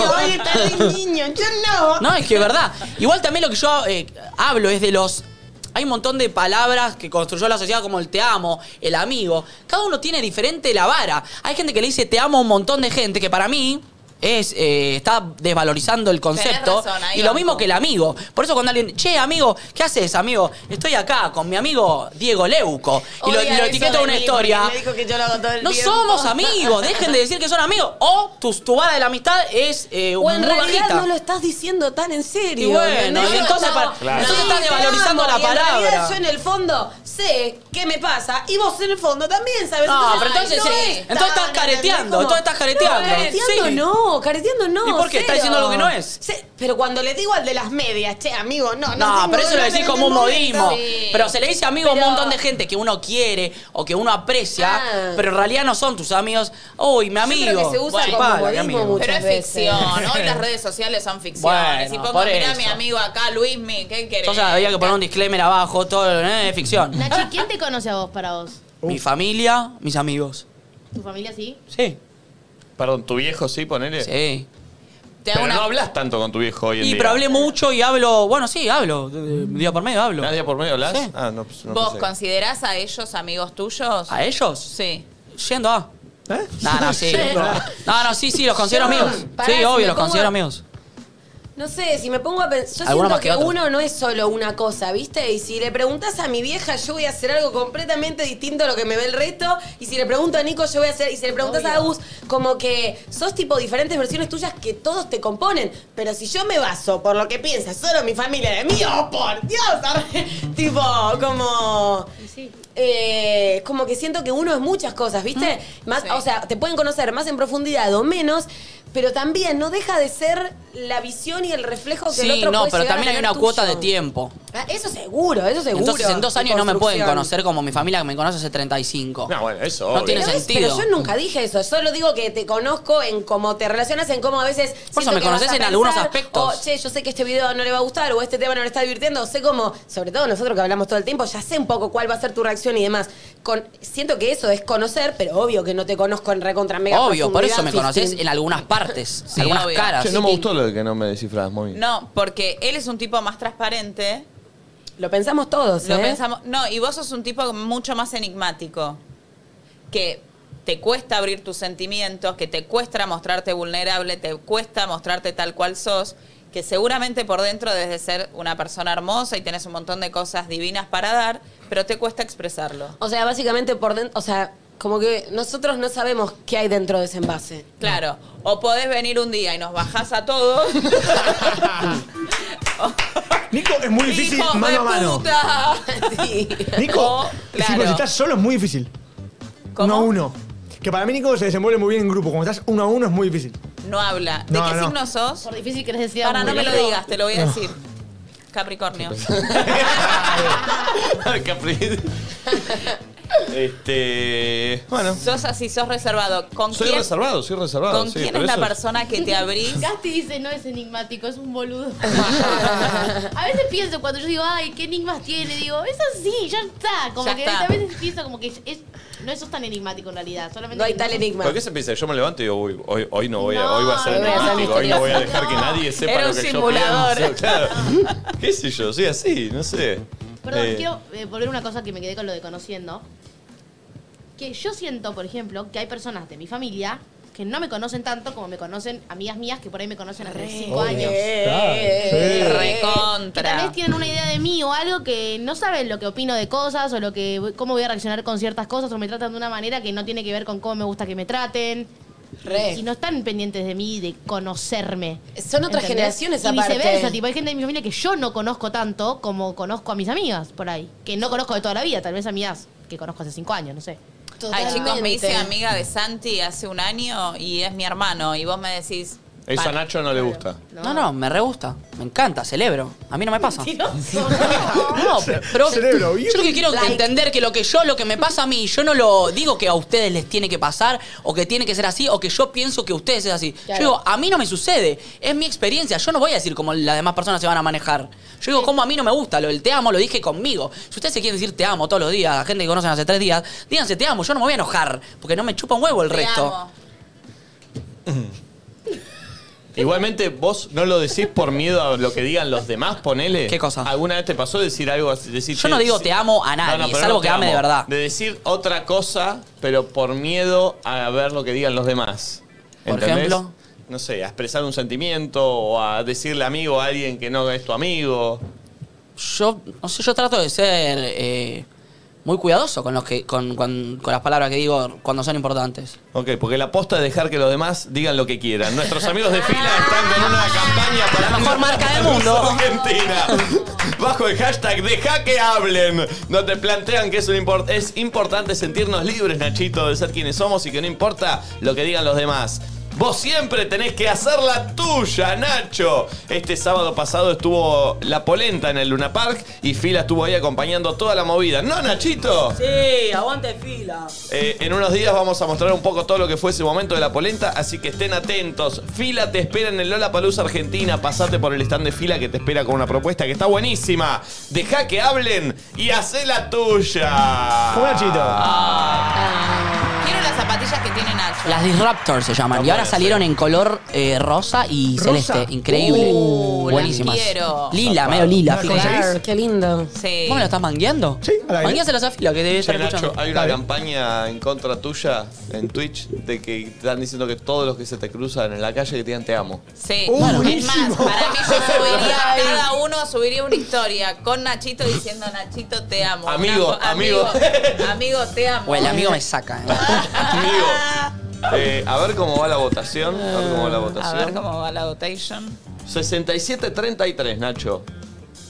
niño, yo no. No, es que es verdad. Igual también lo que yo eh, hablo es de los. Hay un montón de palabras que construyó la sociedad como el te amo, el amigo. Cada uno tiene diferente la vara. Hay gente que le dice te amo a un montón de gente que para mí es eh, está desvalorizando el concepto. razón, ahí y lo banco. mismo que el amigo. Por eso cuando alguien, che, amigo, ¿qué haces, amigo? Estoy acá con mi amigo Diego Leuco. Y lo, Odia y lo eso etiqueto en de una mí, historia. porque Me dijo que yo lo hago todo el No tiempo. somos amigos, dejen de decir que son amigos. O tu, tu vara de la amistad es eh, O en muy realidad bajita. no lo estás diciendo tan en serio. Y bueno, ¿entendés? y entonces No, para- Claro. entonces estás te devalorizando amo, la y en palabra. realidad yo en el fondo sé qué me pasa y vos en el fondo también sabes. No, pero entonces, no sí. es tan, entonces estás ¿entendés? careteando, Como- entonces estás careteando. No, careteando Sí. no, careteando no. ¿Y por qué? Está cero. diciendo algo que no es. Sí, pero cuando le digo al de las medias, che, amigo, no, no. No, tengo- pero eso lo no decís tengo como un momento. modismo. Sí. Pero se le dice amigo a un Pero- montón de gente que uno quiere o que uno aprecia, Ah. pero en realidad no son tus amigos. Uy, mi amigo. creo que se usa Bueno, como pala, mi modismo amigo. mucho. Pero es muchas veces. ficción. Hoy las [laughs] redes sociales son ficción. Bueno, si pongo, por mirá a eso. mi amigo acá, Luismi, ¿qué querés? Entonces había que poner un disclaimer abajo, todo ¿eh? es ficción. Nachi, ¿quién te conoce a vos para vos? Mi familia, mis amigos. ¿Tu familia sí? Sí. Perdón, ¿tu viejo sí, ponele? Sí. Te Pero hago una- no hablas tanto con tu viejo hoy en Y día. pero hablé mucho y hablo. Bueno, sí, hablo. de- de- Mm. Día por medio hablo. ¿Nadie por medio hablas? Sí. Ah, no, pues, no ¿Vos pensé. considerás a ellos amigos tuyos? ¿A ellos? Sí. Yendo a. ¿Eh? No, [laughs] no, sí. No, no, sí, sí, los considero Yo- amigos. Pará, si Sí, me obvio, los pongo considero a- amigos. No sé, si me pongo a pensar. Yo Alguna siento más que que, otra. uno no es solo una cosa, ¿viste? Y si le preguntas a mi vieja, yo voy a hacer algo completamente distinto a lo que me ve el resto. Y si le pregunto a Nico, yo voy a hacer. Y si le preguntas a Agus, como que sos tipo diferentes versiones tuyas que todos te componen. Pero si yo me baso por lo que piensa solo mi familia de mí, ¡oh por Dios! [laughs] arre, tipo, como. Eh, como que siento que uno es muchas cosas, ¿viste? Mm, más, O sea, te pueden conocer más en profundidad o menos, pero también no deja de ser la visión y el reflejo que el Sí, otro no, puede pero llegar a también hay tener una cuota de tuyo. tiempo. Ah, eso seguro, eso seguro. Entonces en dos tu años no me pueden construcción. conocer como mi familia que me conoce hace 35. No, bueno, eso. No obvio. tiene Pero, es- sentido. pero yo nunca dije eso, solo digo que te conozco en cómo te relacionas, en cómo a veces... Por eso siento me que vas conoces a en algunos pensar, aspectos. O, che, yo sé que este video no le va a gustar o este tema no le está divirtiendo, sé cómo, sobre todo nosotros que hablamos todo el tiempo, ya sé un poco cuál va a ser tu reacción y demás. Con, siento que eso es conocer, pero obvio que no te conozco en recontra mega Obvio, por eso me profundidad, conoces 15. en algunas partes, Sí, algunas obvio. caras. Che, no me gustó lo de que no me descifras, mami. No, porque él es un tipo más transparente. Lo pensamos todos, Lo ¿eh? pensamos. No, y vos sos un tipo mucho más enigmático. Que te cuesta abrir tus sentimientos, que te cuesta mostrarte vulnerable, te cuesta mostrarte tal cual sos. Que seguramente por dentro debes de ser una persona hermosa y tenés un montón de cosas divinas para dar, pero te cuesta expresarlo. O sea, básicamente por dentro, o sea, como que nosotros no sabemos qué hay dentro de ese envase. Claro. O podés venir un día y nos bajás a [laughs] todos. Nico, es muy difícil ¡Hijo de mano a mano. puta! Sí. Nico, [laughs] O, [laughs] sí, pero Oh, claro. si estás solo es muy difícil. ¿Cómo? Uno a uno. Que para mí Nico se desenvuelve muy bien en grupo. Cuando estás uno a uno es muy difícil. No habla. ¿De No, qué no. signo sos? Por difícil que les decía. Ahora no me lo boludo. digas, te lo voy a No. decir. Capricornio. [laughs] [laughs] Capri- este. Bueno. Sos así, sos reservado. ¿Con Soy quién, reservado, soy reservado. ¿con sí, quién pero es la eso- persona que te [laughs] abrís? Casti dice, no es enigmático, es un boludo. [laughs] a veces pienso, cuando yo digo, ay, qué enigmas tiene, digo, es así, ya está. Como Ya que está. a veces pienso como que es, es- no sos tan enigmático en realidad. Solamente No hay que tal sos- enigma. ¿Por qué se piensa? Yo me levanto y digo, uy, hoy, hoy no voy a, No, hoy va a ser hoy voy a ser enigmático, hoy no voy a dejar que misterioso. nadie sepa Era lo un que simulador. yo pienso. [laughs] Claro. ¿Qué sé yo? Soy así, no sé. Perdón, Eh, quiero eh, volver a una cosa que me quedé con lo de conociendo. Que yo siento, por ejemplo, que hay personas de mi familia que no me conocen tanto como me conocen amigas mías que por ahí me conocen hace cinco años. eh, Que tal Recontra. vez tienen una idea de mí o algo que no saben lo que opino de cosas o lo que cómo voy a reaccionar con ciertas cosas o me tratan de una manera que no tiene que ver con cómo me gusta que me traten. Re. Y no están pendientes de mí, de conocerme. Eh. Son otras generaciones y aparte. viceversa, tipo, hay gente de mi familia que yo no conozco tanto como conozco a mis amigas por ahí. Que no conozco de toda la vida, tal vez amigas que conozco hace cinco años, no sé. Ay, chicos, me hice Totalmente. amiga de Santi hace un año y es mi hermano. Y vos me decís. Eso a para- Nacho no le gusta. No, no, me re gusta. Me encanta, celebro. A mí no me pasa. [laughs] No, pero, pero Celebro, bien. yo lo que quiero Like. entender que lo que yo, lo que me pasa a mí, yo no lo digo que a ustedes les tiene que pasar o que tiene que ser así o que yo pienso que ustedes es así. Claro. Yo digo, a mí no me sucede, es mi experiencia, yo no voy a decir cómo las demás personas se van a manejar. Yo digo, como a mí no me gusta, lo del te amo lo dije conmigo. Si ustedes se quieren decir te amo todos los días, a gente que conocen hace tres días, díganse te amo, yo no me voy a enojar, porque no me chupa un huevo el Te resto. amo. Igualmente, vos no lo decís por miedo a lo que digan los demás, ponele. ¿Qué cosa? ¿Alguna vez te pasó decir algo así? Decir, Yo no "Che, digo sí". te amo a nadie, pero salvo te que ame de amo. verdad. De decir otra cosa, pero por miedo a ver lo que digan los demás. Por ¿Entendés? ejemplo. No sé, a expresar un sentimiento o a decirle amigo a alguien que no es tu amigo. yo no sé, yo trato de ser eh, muy cuidadoso con los que con, con- con las palabras que digo cuando son importantes. Ok, porque la posta es dejar que los demás digan lo que quieran. Nuestros amigos de fila están con una campaña para La mejor marca del mundo. Argentina. Bajo el hashtag deja que hablen. No te plantean que es, un import- es importante sentirnos libres, Nachito, de ser quienes somos y que no importa lo que digan los demás. Vos siempre tenés que hacer la tuya, Nacho. Este sábado pasado estuvo la polenta en el Luna Park y Fila estuvo ahí acompañando toda la movida. ¿No, Nachito? Sí, aguante fila. Eh, en unos días vamos a mostrar un poco todo lo que fue ese momento de la polenta, así que estén atentos. Fila te espera en el Lola Argentina. Pasate por el stand de fila que te espera con una propuesta que está buenísima. Deja que hablen y hacé la tuya. Ah. Como Nachito. Quiero las zapatillas que tiene Nacho. Las Disruptors se llaman. No y ahora puede salieron en color eh, rosa y ¿Rosa? celeste. Increíble. Uh, las Buenísimas. quiero. Lila, medio lila, ¿Las fíjate. conseguís? Qué lindo. Sí. ¿Cómo me lo estás mangueando? Sí, al aire. Manguéaselas a fila, que debe Che, estar Nacho, Eh, escuchando. hay una Dale. campaña en contra tuya en Twitch de que te están diciendo que todos los que se te cruzan en la calle que te digan te amo. Sí, Uh, Bueno, es más, buenísimo. para mí [laughs] yo subiría, cada uno subiría una historia con Nachito diciendo Nachito te amo. Amigo, Nacho, [laughs] amigo. Amigo, te amo. O el amigo me saca. [laughs] ¿eh? Amigo. eh, a ver cómo va la votación. A ver cómo va la A votación. ver cómo va la votation. 67-33, Nacho.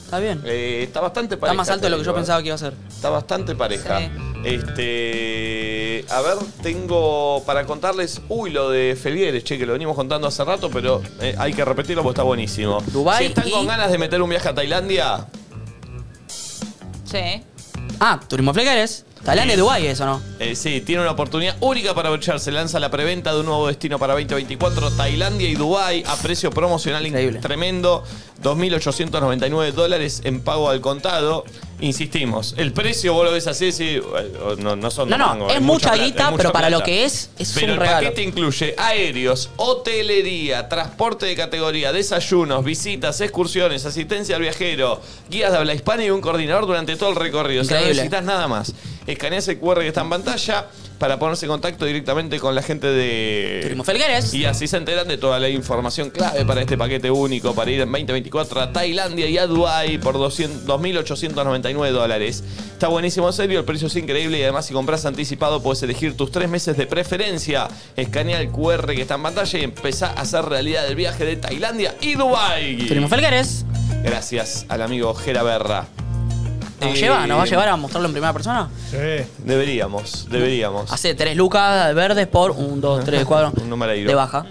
Está bien. Eh, está bastante pareja. Está más alto de te lo que yo digo, ¿eh? pensaba que iba a ser. Está bastante pareja. Sí. Este. A ver, tengo para contarles. Uy, lo de Felgueres, che, que lo venimos contando hace rato, pero eh, hay que repetirlo porque está buenísimo. Dubái si están y- con ganas de meter un viaje a Tailandia, Sí. Ah, Turismo Flequeres. Tailandia y Dubái, eso no. eh, sí, tiene una oportunidad única para aprovecharse. Lanza la preventa de un nuevo destino para 2024, Tailandia y Dubái, a precio promocional Increíble. tremendo, 2.899 dólares en pago al contado. Insistimos, el precio vos lo ves así, sí, eh, no, no son No, no, domingos, es mucha plata, guita, es pero para lo que es, es Pero un el regalo. paquete incluye aéreos, hotelería, transporte de categoría, desayunos, visitas, excursiones, asistencia al viajero, guías de habla hispana y un coordinador durante todo el recorrido. O sea, no Increíble. necesitas nada más. Escaneas el QR que está en pantalla para ponerse en contacto directamente con la gente de Turismo Felgueres. y así se enteran de toda la información clave para este paquete único para ir en 2024 a Tailandia y a Dubai por 200 2.899 dólares. Está buenísimo, en serio, el precio es increíble y además si compras anticipado puedes elegir tus tres meses de preferencia. Escanea el QR que está en pantalla y empezá a hacer realidad el viaje de Tailandia y Dubai. Turismo Felgueres. Gracias al amigo Gera Berra. ¿Nos Eh, lleva? ¿Nos va a llevar a mostrarlo en primera persona? Sí. Deberíamos, deberíamos. Hace tres lucas verdes por un, dos, tres, cuatro. Un número ahí. De baja.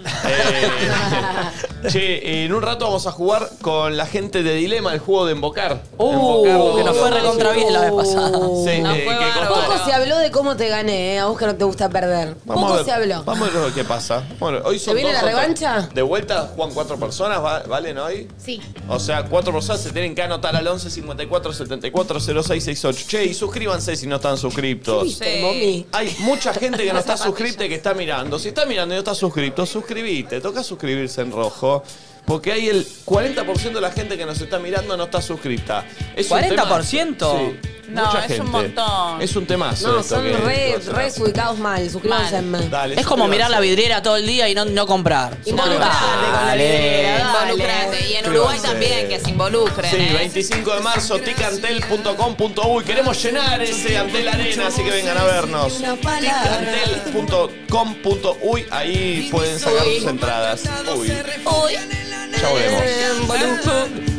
Che, en un rato vamos a jugar con la gente de Dilema, el juego de embocar. Uh, Embocar que nos fue recontra bien la vez pasada. Sí, eh, que costó- Poco se habló de cómo te gané, ¿eh? a vos que no te gusta perder. Vamos a Poco ver- se habló. Vamos a ver lo que pasa. Bueno, hoy ¿Se son viene dos la o tres. revancha? De vuelta juegan cuatro personas, ¿va- ¿valen hoy? [laughs] Sí. O sea, cuatro personas se tienen que anotar al 11 54 74 06 68. Che, y suscríbanse si no están suscriptos. ¿Viste, mami? Hay mucha gente que no está suscripta y que está mirando. Si está mirando y no está suscripto, suscribite. Toca suscribirse en rojo. Porque hay el 40% de la gente que nos está mirando no está suscripta. Es un tema- 40%. Sí, No, mucha es un gente. montón. Es un temazo. No, esto son que- re, o sea, re ubicados mal. Suscríbanse Mal. en- dale, Es como mirar la suscríbanse. vidriera todo el día y no, no comprar. Involucrate con la vidriera, dale. Involucrate. Y en Uruguay Suscríbanse. también, que se involucren. Sí, ¿eh? 25 de marzo, ticantel.com.uy. Queremos llenar ese Antel Arena, así que vengan a vernos. ticantel.com.uy, ahí pueden sacar sus entradas. Uy. Ya volvemos. Em, boludo.